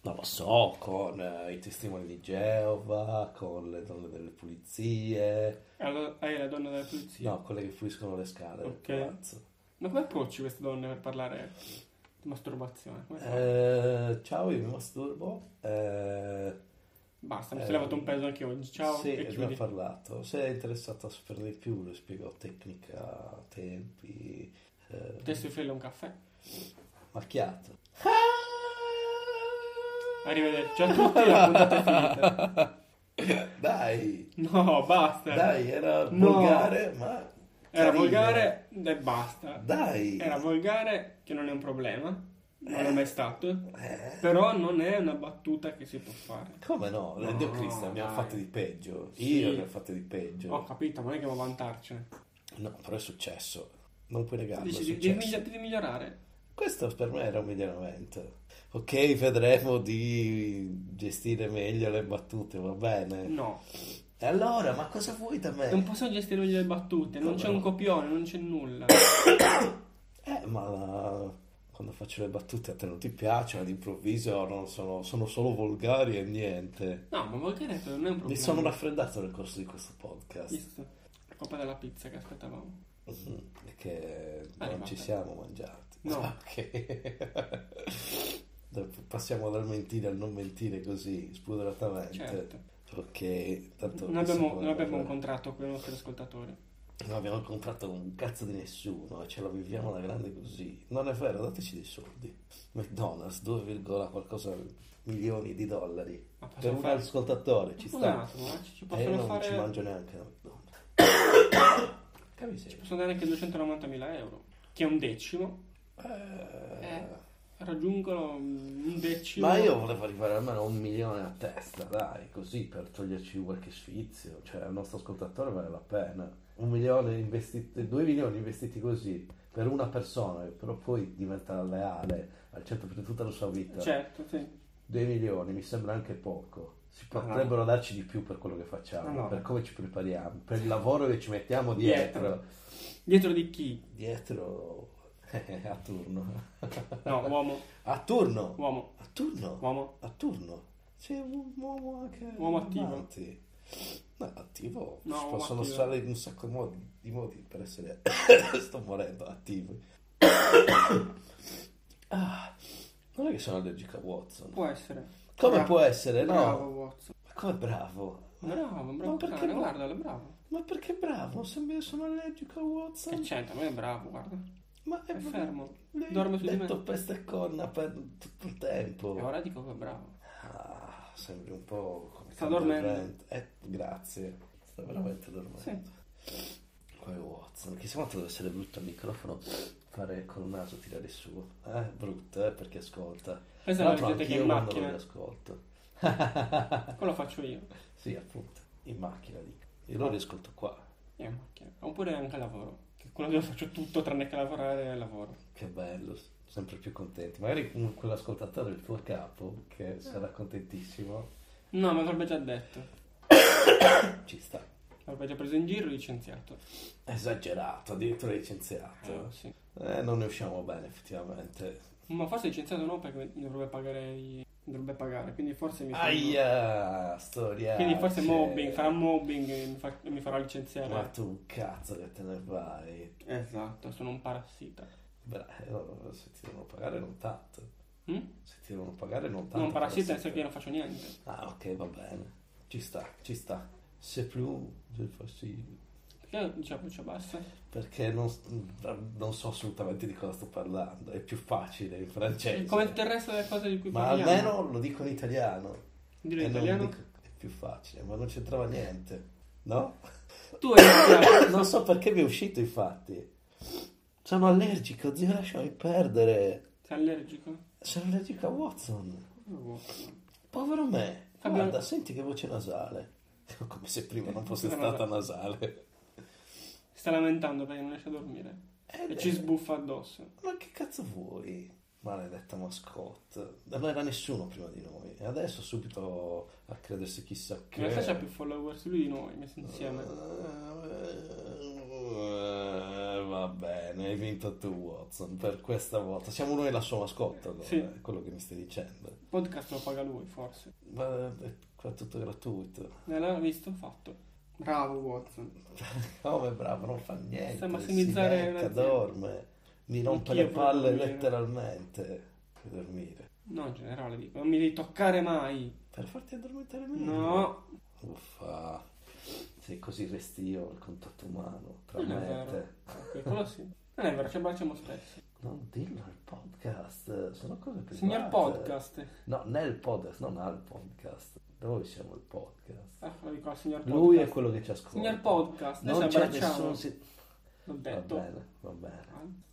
B: Non lo so, con eh, i testimoni di Geova, con le donne delle pulizie,
A: Allora, hai la donna della polizia.
B: no, quelle che puliscono le scale del
A: Ok.
B: palazzo.
A: Ma come approcci queste donne per parlare di masturbazione? Come fai?
B: Eh, ciao, io mi masturbo. eh,
A: Basta, mi
B: eh,
A: sono levato un peso anche oggi. Ciao
B: sì, esatto.
A: e
B: abbiamo
A: chiudi.
B: parlato. Se è interessato a saperne di più, le spiego tecnica, tempi, eh,
A: Adesso offrirle un caffè.
B: macchiato.
A: Ah! Arrivederci. Ciao a tutti, la puntata è finita.
B: Dai,
A: No, basta.
B: dai, era
A: Eh. No.
B: volgare, ma
A: Era
B: carino.
A: volgare e basta.
B: Dai.
A: Era volgare, che non è un problema, non è mai stato,
B: Eh,
A: però non è una battuta che si può fare.
B: come no?
A: No,
B: Dio Cristo, ne abbiamo
A: dai.
B: fatto di peggio.
A: Sì.
B: Io ne ho fatto di peggio.
A: Ho capito, ma non è che vuoi vantarcene.
B: No, però è successo. Non puoi negarlo, è
A: Dici di, di
B: successo.
A: migli- di migliorare.
B: Questo per me era un miglioramento. Ok, vedremo di gestire meglio le battute, va bene.
A: No,
B: E allora, ma cosa vuoi da me?
A: non possiamo gestire meglio le battute, non
B: Come
A: c'è
B: Eh. no?
A: un copione, non c'è nulla.
B: Eh, ma quando faccio le battute a te non ti piacciono, all'improvviso non sono, sono solo volgari e niente.
A: No, ma volgare non è un
B: Mi
A: problema.
B: sono raffreddato nel corso di questo podcast.
A: Visto? È colpa della pizza che aspettavamo.
B: Mhm, Perché
A: Ah,
B: non
A: vabbè.
B: ci siamo mangiati.
A: No.
B: Ok. Dopo Passiamo dal mentire al non mentire così, spudoratamente.
A: Certo.
B: Ok, tanto
A: Non abbiamo,
B: Eh, questo
A: non abbiamo
B: poi-
A: un contratto con i nostri ascoltatori.
B: non abbiamo contratto con un cazzo di nessuno e ce la viviamo alla grande così. Non è vero, dateci dei soldi. McDonald's, 2, qualcosa milioni di dollari.
A: Ma
B: Per
A: possiamo
B: un
A: fare...
B: ascoltatore ci
A: Un
B: sta.
A: attimo, eh, ci, ci
B: E io
A: possono
B: non
A: fare...
B: ci mangio neanche la McDonald's. Capisci?
A: Possono dare anche 290.000 euro, che è un decimo.
B: Eh,
A: Eh. raggiungono un decimo.
B: Ma io volevo arrivare almeno a un milione a testa, dai, così per toglierci qualche sfizio. Cioè, al nostro ascoltatore vale la pena. Un milione investiti, due milioni investiti così per una persona, che però poi diventa leale al certo per tutta la sua vita.
A: Certo, sì.
B: Due milioni mi sembra anche poco. Si potrebbero darci di più per quello che facciamo,
A: Ah, No, no.
B: per come ci prepariamo, per il lavoro che ci mettiamo dietro.
A: Dietro di chi?
B: Dietro, a turno.
A: No,
B: Eh.
A: uomo,
B: A turno!
A: uomo,
B: A turno!
A: uomo.
B: a turno. C'è un uomo anche
A: Uomo attivo.
B: avanti. No, attivo.
A: No,
B: Ci
A: uomo
B: possono
A: attivo.
B: stare in un sacco di modi, di modi per essere. Sto morendo, attivi. ah, non è che sono allergico a Watson.
A: Può essere.
B: Come
A: Bravo.
B: può essere? Eh, No.
A: Bravo Watson.
B: Ma come bravo? Ma,
A: Bravo, bravo.
B: Ma perché
A: cane,
B: no?
A: Guardalo, è bravo.
B: ma perché bravo? Se me sono allergico a
A: Che
B: Watson.
A: c'entra? Ma è bravo, guarda.
B: Ma è,
A: Eh, È fermo.
B: Lei
A: Dorme
B: ha
A: su di me. Eh,
B: detto peste e corna per tutto il tempo.
A: E ora dico che è bravo.
B: Ah, sembri un po' come
A: Sta
B: Kevin
A: dormendo.
B: Durant. Eh, grazie. Sta veramente dormendo.
A: Sì.
B: Poi Watson, chissà quanto deve essere brutto al microfono fare col naso tirare su. Eh, brutto, eh, perché ascolta.
A: Questa è
B: Tra
A: la
B: l'altro
A: gente che è
B: anch'io
A: in
B: quando non
A: macchina.
B: li ascolto.
A: Quello faccio io.
B: Sì, appunto, in macchina dico. Io lo riascolto qua.
A: Io in macchina. Oppure anche al lavoro. Che quello dove faccio tutto tranne che lavorare al lavoro.
B: Che bello, sempre più contenti. Magari con quell'ascoltatore, il tuo capo, che sarà contentissimo,
A: No, ma l'avrebbe già detto.
B: ci sta.
A: L'avrebbe già preso in giro e licenziato.
B: Esagerato, addirittura licenziato.
A: Eh, sì.
B: Eh, non ne usciamo bene, effettivamente.
A: Ma forse licenziato no perché mi dovrebbe pagare. i- mi dovrebbe pagare. Quindi forse mi fa.
B: Aia, storia. cioè,
A: Quindi forse mobbing, farà mobbing e mi, fa- e mi farà licenziare.
B: Ma tu cazzo che te ne vai.
A: Esatto, sono un parassita.
B: Beh, eh, allora, se ti devono pagare non tanto.
A: Mm?
B: Se ti devono pagare non tanto.
A: No, un parassita nel senso
B: parassita.
A: che io non faccio niente.
B: Ah, ok, va bene. Ci sta, ci sta. Se più, se fossi...
A: Perché diciamo voce bassa?
B: Perché non, non so assolutamente di cosa sto parlando. È più facile in francese.
A: Come tutto il resto delle cose di cui
B: Ma
A: parliamo.
B: almeno lo dico in italiano.
A: Dillo
B: E
A: in
B: non
A: italiano.
B: dico- è più facile, ma non c'entrava niente. No?
A: Tu hai iniziato.
B: Non so perché mi è uscito, infatti. Sono allergico, zio, lasciami perdere.
A: Sei allergico?
B: Sono allergico a Watson.
A: Oh,
B: Povero me.
A: Fabio-
B: Guarda, senti che voce nasale. Come se prima non fosse
A: Sì,
B: stata nasale.
A: Sta lamentando perché non riesce a dormire.
B: Eh,
A: E
B: beh,
A: ci sbuffa addosso.
B: Ma che cazzo vuoi? Maledetta mascotte. Non era nessuno prima di noi. E adesso subito a credersi chissà che...
A: In realtà c'ha più followers lui di noi messi insieme.
B: Eh, Va bene, hai vinto tu Watson per questa volta. Siamo noi la sua mascotte, allora,
A: Sì.
B: è quello che mi stai dicendo.
A: Il podcast lo paga lui, forse.
B: Ma eh, è qua tutto gratuito.
A: Non l'ha visto? Fatto. Bravo Watson.
B: Come bravo, non fa niente.
A: Sta a
B: si
A: massimizzare
B: becca,
A: l'azienda.
B: dorme. Mi rompe
A: Anch'io
B: le palle
A: vorrei dormire.
B: letteralmente per dormire.
A: No, in generale dico, non mi devi toccare mai.
B: Per farti addormentare meglio. Mm.
A: No.
B: Uffa. Sei così restio al contatto umano, tra
A: Non è
B: me e
A: vero.
B: te.
A: Ok, quello sì. Non è vero, ci abbracciamo spesso.
B: Non dirlo al podcast, sono cose private.
A: Signor podcast.
B: No, nel podcast, non al podcast. Noi siamo il podcast.
A: Ah, lo dico al signor podcast.
B: Lui è quello che ci ascolta.
A: Signor podcast, noi
B: non
A: ci
B: c'è
A: abbracciamo.
B: nessun... si-
A: L'ho
B: Va
A: detto.
B: bene, va bene.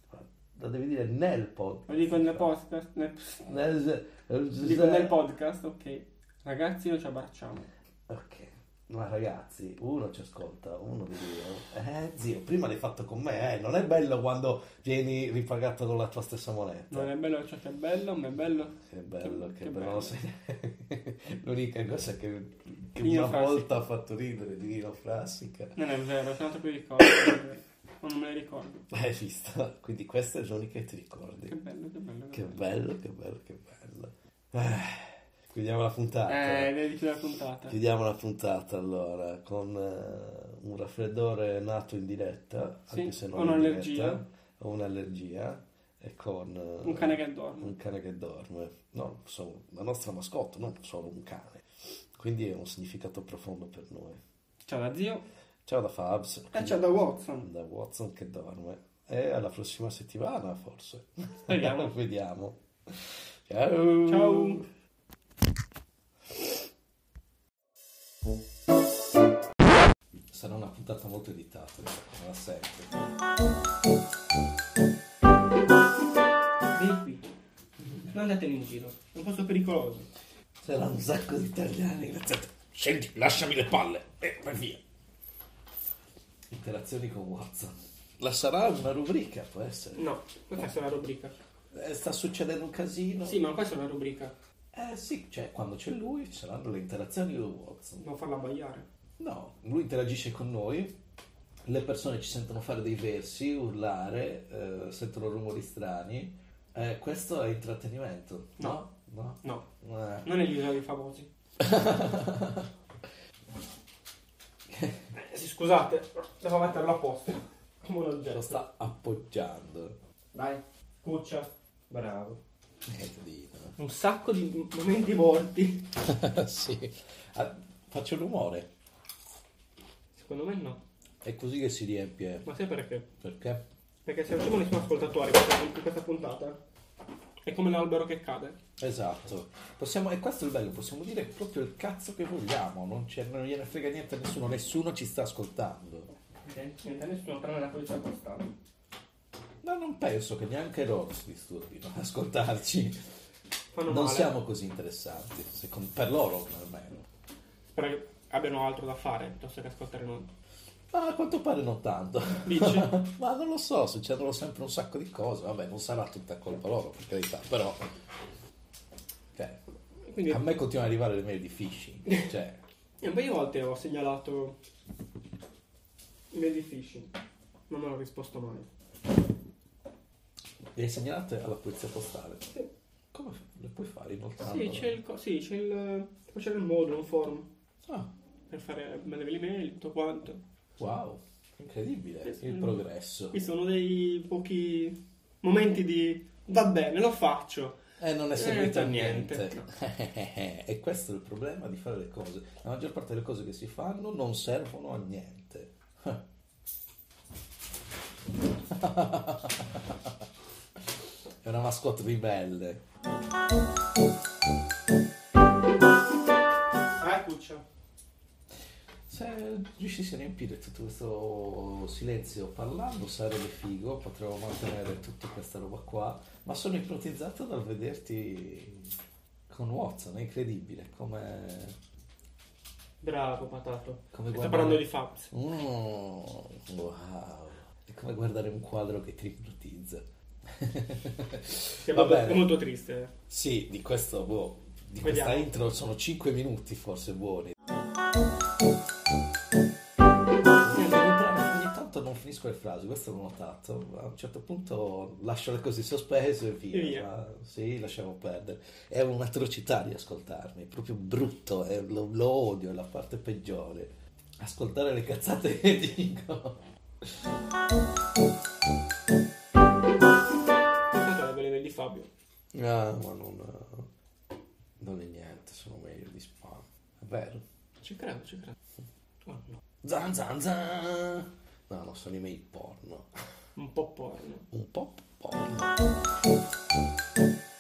A: Ah,
B: Lo devi dire nel podcast.
A: Lo dico nel podcast. Nel,
B: Nel...
A: lo dico nel podcast, ok. Ragazzi, noi ci abbracciamo.
B: Ok. Ma ragazzi, uno ci ascolta, uno di due. Eh, zio, prima l'hai fatto con me, eh. Non è bello quando vieni ripagato con la tua stessa moneta.
A: Non è bello ciò che è bello, ma è bello.
B: Che bello, che,
A: Che
B: bello.
A: bello.
B: Sì. L'unica cosa che, che
A: Nino
B: una
A: Frassica.
B: volta ha fatto ridere di Nino Frassica.
A: Non è vero, c'è un altro che ricordo. ma non me le ricordo.
B: Hai visto? Quindi questa è l'unica che ti
A: Che
B: ricordi.
A: bello, che bello.
B: Che bello, che bello, che bello. Eh, chiudiamo la puntata.
A: Eh, devi chiudere la puntata.
B: Chiudiamo la puntata allora con eh, un raffreddore nato in diretta,
A: Sì,
B: anche se non
A: ho
B: in
A: un'allergia.
B: diretta, ho un'allergia e con eh,
A: Un cane che dorme.
B: un cane che dorme. No, sono la nostra mascotte, non solo un cane. Quindi è un significato profondo per noi.
A: Ciao da zio.
B: Ciao da Fabs,
A: E Eh, ciao da Watson.
B: da Watson che dorme. E alla prossima settimana forse.
A: Speriamo.
B: Vediamo. Ciao.
A: Ciao.
B: Sarà una puntata molto editata, come la sempre.
A: Vieni qui. andatene in giro. È un posto pericoloso.
B: C'erano un sacco di italiani. Graziato. Scendi, lasciami le palle e vai via. Interazioni con Watson. La sarà una rubrica, può essere.
A: No, questa è una rubrica.
B: Eh, sta succedendo un casino.
A: Sì, ma questa è una rubrica.
B: Eh sì, cioè quando c'è lui ci saranno le interazioni con Watson.
A: Non farla abbaiare.
B: No, lui interagisce con noi, le persone ci sentono fare dei versi, urlare, eh, sentono rumori strani. Eh, questo è intrattenimento, no? No.
A: No,
B: Eh.
A: non è l'isola dei famosi. Eh, sì, scusate, devo metterlo apposta. Come un
B: Lo
A: oggetto.
B: sta appoggiando.
A: Dai, cuccia. Bravo.
B: Niente
A: Un sacco di momenti morti.
B: sì. Ah, faccio un rumore.
A: Secondo me no.
B: È così che si riempie.
A: Ma sai perché?
B: Perché?
A: Perché se non ci sono ascoltatori in questa puntata, è come l'albero che cade.
B: Esatto. Possiamo, e questo è il bello, possiamo dire proprio il cazzo che vogliamo. Non, c'è- non gliene frega niente a nessuno, nessuno ci sta ascoltando.
A: Niente, nessuno tranne la polizia postale.
B: No, non penso che neanche loro si disturbino ad ascoltarci.
A: Fanno
B: Non
A: male.
B: siamo così interessanti, secondo- per loro almeno.
A: Spero che abbiano altro da fare piuttosto che ascoltare noi.
B: Ma a quanto pare non tanto.
A: Dici?
B: Ma non lo so, succedono sempre un sacco di cose. Vabbè, non sarà tutta colpa loro, per carità, però. Cioè,
A: Quindi,
B: a me continuano ad arrivare le mail di phishing. Cioè,
A: un paio di volte ho segnalato i mail di phishing. Non me l'ho risposto mai.
B: le segnalate alla polizia postale. Come f- le puoi fare inoltrando?
A: Sì, c'è il, co- sì, c'è il, poi c'era il modulo, un forum
B: Ah,
A: per fare mandare le mail, tutto quanto.
B: wow, incredibile
A: Sì,
B: il
A: sì.
B: progresso.
A: Qui sono dei pochi momenti di va bene, lo faccio.
B: Eh, non è
A: Eh,
B: servito a
A: per niente.
B: niente. e questo è il problema di fare le cose. La maggior parte delle cose che si fanno non servono a niente. è una mascotte ribelle.
A: Ah, cuccia.
B: Se riuscissi a riempire tutto questo silenzio parlando sarebbe figo, potremmo mantenere tutta questa roba qua, ma sono ipnotizzato dal vederti con Watson, è incredibile come...
A: Bravo, patato.
B: come
A: Sto
B: guardare-
A: parlando di Fabs.
B: Oh, wow, è come guardare un quadro che ti ipnotizza.
A: Che è
B: Va
A: molto-
B: bene.
A: è molto triste. eh.
B: Sì, di questo, boh, di
A: Vediamo.
B: questa intro sono 5 minuti forse buoni. Ogni tanto non finisco le frasi, questo l'ho notato. A un certo punto lascio le cose in sospeso e via.
A: E via.
B: ma sì, lasciamo perdere. È un'atrocità di ascoltarmi, è proprio brutto, è- lo, lo odio, è la parte peggiore. Ascoltare le cazzate che dico.
A: Intanto era bene di Fabio.
B: Ah, ma non, non è niente, sono meglio di spam. È vero.
A: Ci credo, ci credo. Oh no.
B: Zan zan zan. No, no, sono i mail porno.
A: Un po' porno.
B: Un po' porno.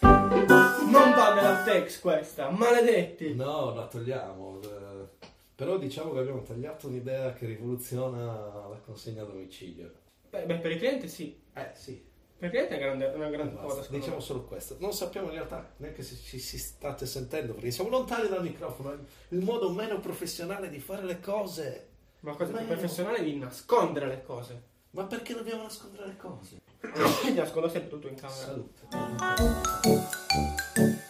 A: Non fammela text questa, maledetti!
B: No, la togliamo. eh. Però diciamo che abbiamo tagliato un'idea che rivoluziona la consegna a domicilio.
A: Beh, beh, per i clienti sì.
B: Eh sì,
A: Per i clienti è grande- una grande
B: basta.
A: cosa. secondo
B: diciamo
A: me.
B: solo questo. Non sappiamo in realtà neanche se ci si state sentendo perché siamo lontani dal microfono. È Il modo meno professionale di fare le cose.
A: Ma la cosa più
B: Beh.
A: professionale è di nascondere le cose.
B: Ma perché dobbiamo nascondere le cose?
A: Io nascondo sempre tutto in camera.
B: Salute.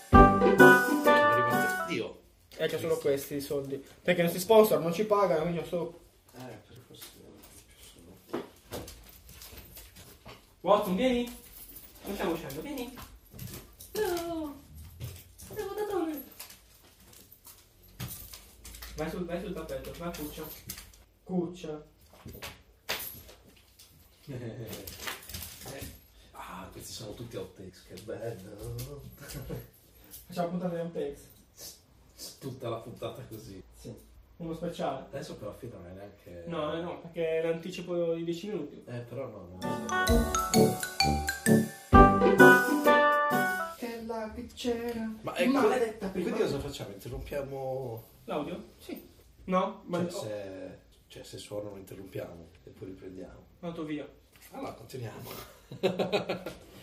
B: Sono rimasto- Dio.
A: E Eh, c'è solo questi i soldi. Perché i nostri sponsor non ci pagano, quindi ho solo.
B: Eh, per forse non più solo.
A: Watson, vieni! Non stiamo uscendo, vieni! No! Andiamo da dove? Vai sul, vai sul tappeto, vai cuccia. Cuccia.
B: Ah, questi sono tutti outtakes, che bello.
A: Facciamo puntata di Ampex.
B: Tutta la puntata così.
A: Sì. Uno speciale.
B: Adesso però alla fine non è neanche...
A: No, no, no, perché è l'anticipo di 10 minuti.
B: Eh, però no, non serve.
A: Che la c'era.
B: Ma ecco,
A: Maledetta prima.
B: quindi cosa facciamo? Interrompiamo...
A: L'audio? Sì. No? Ma
B: Cioè,
A: oh,
B: se... cioè, se suono lo interrompiamo e poi riprendiamo.
A: andato via.
B: Allora, continuiamo.
A: Io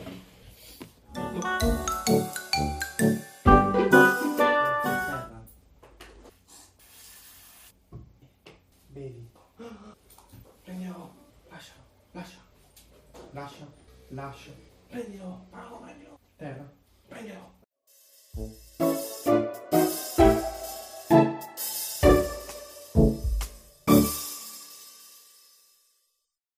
C: Bevi.
A: Prendilo, lascialo, lascia,
C: Lascia. Lascia.
A: prendilo, bravo, prendilo,
C: Terra.
A: prendilo.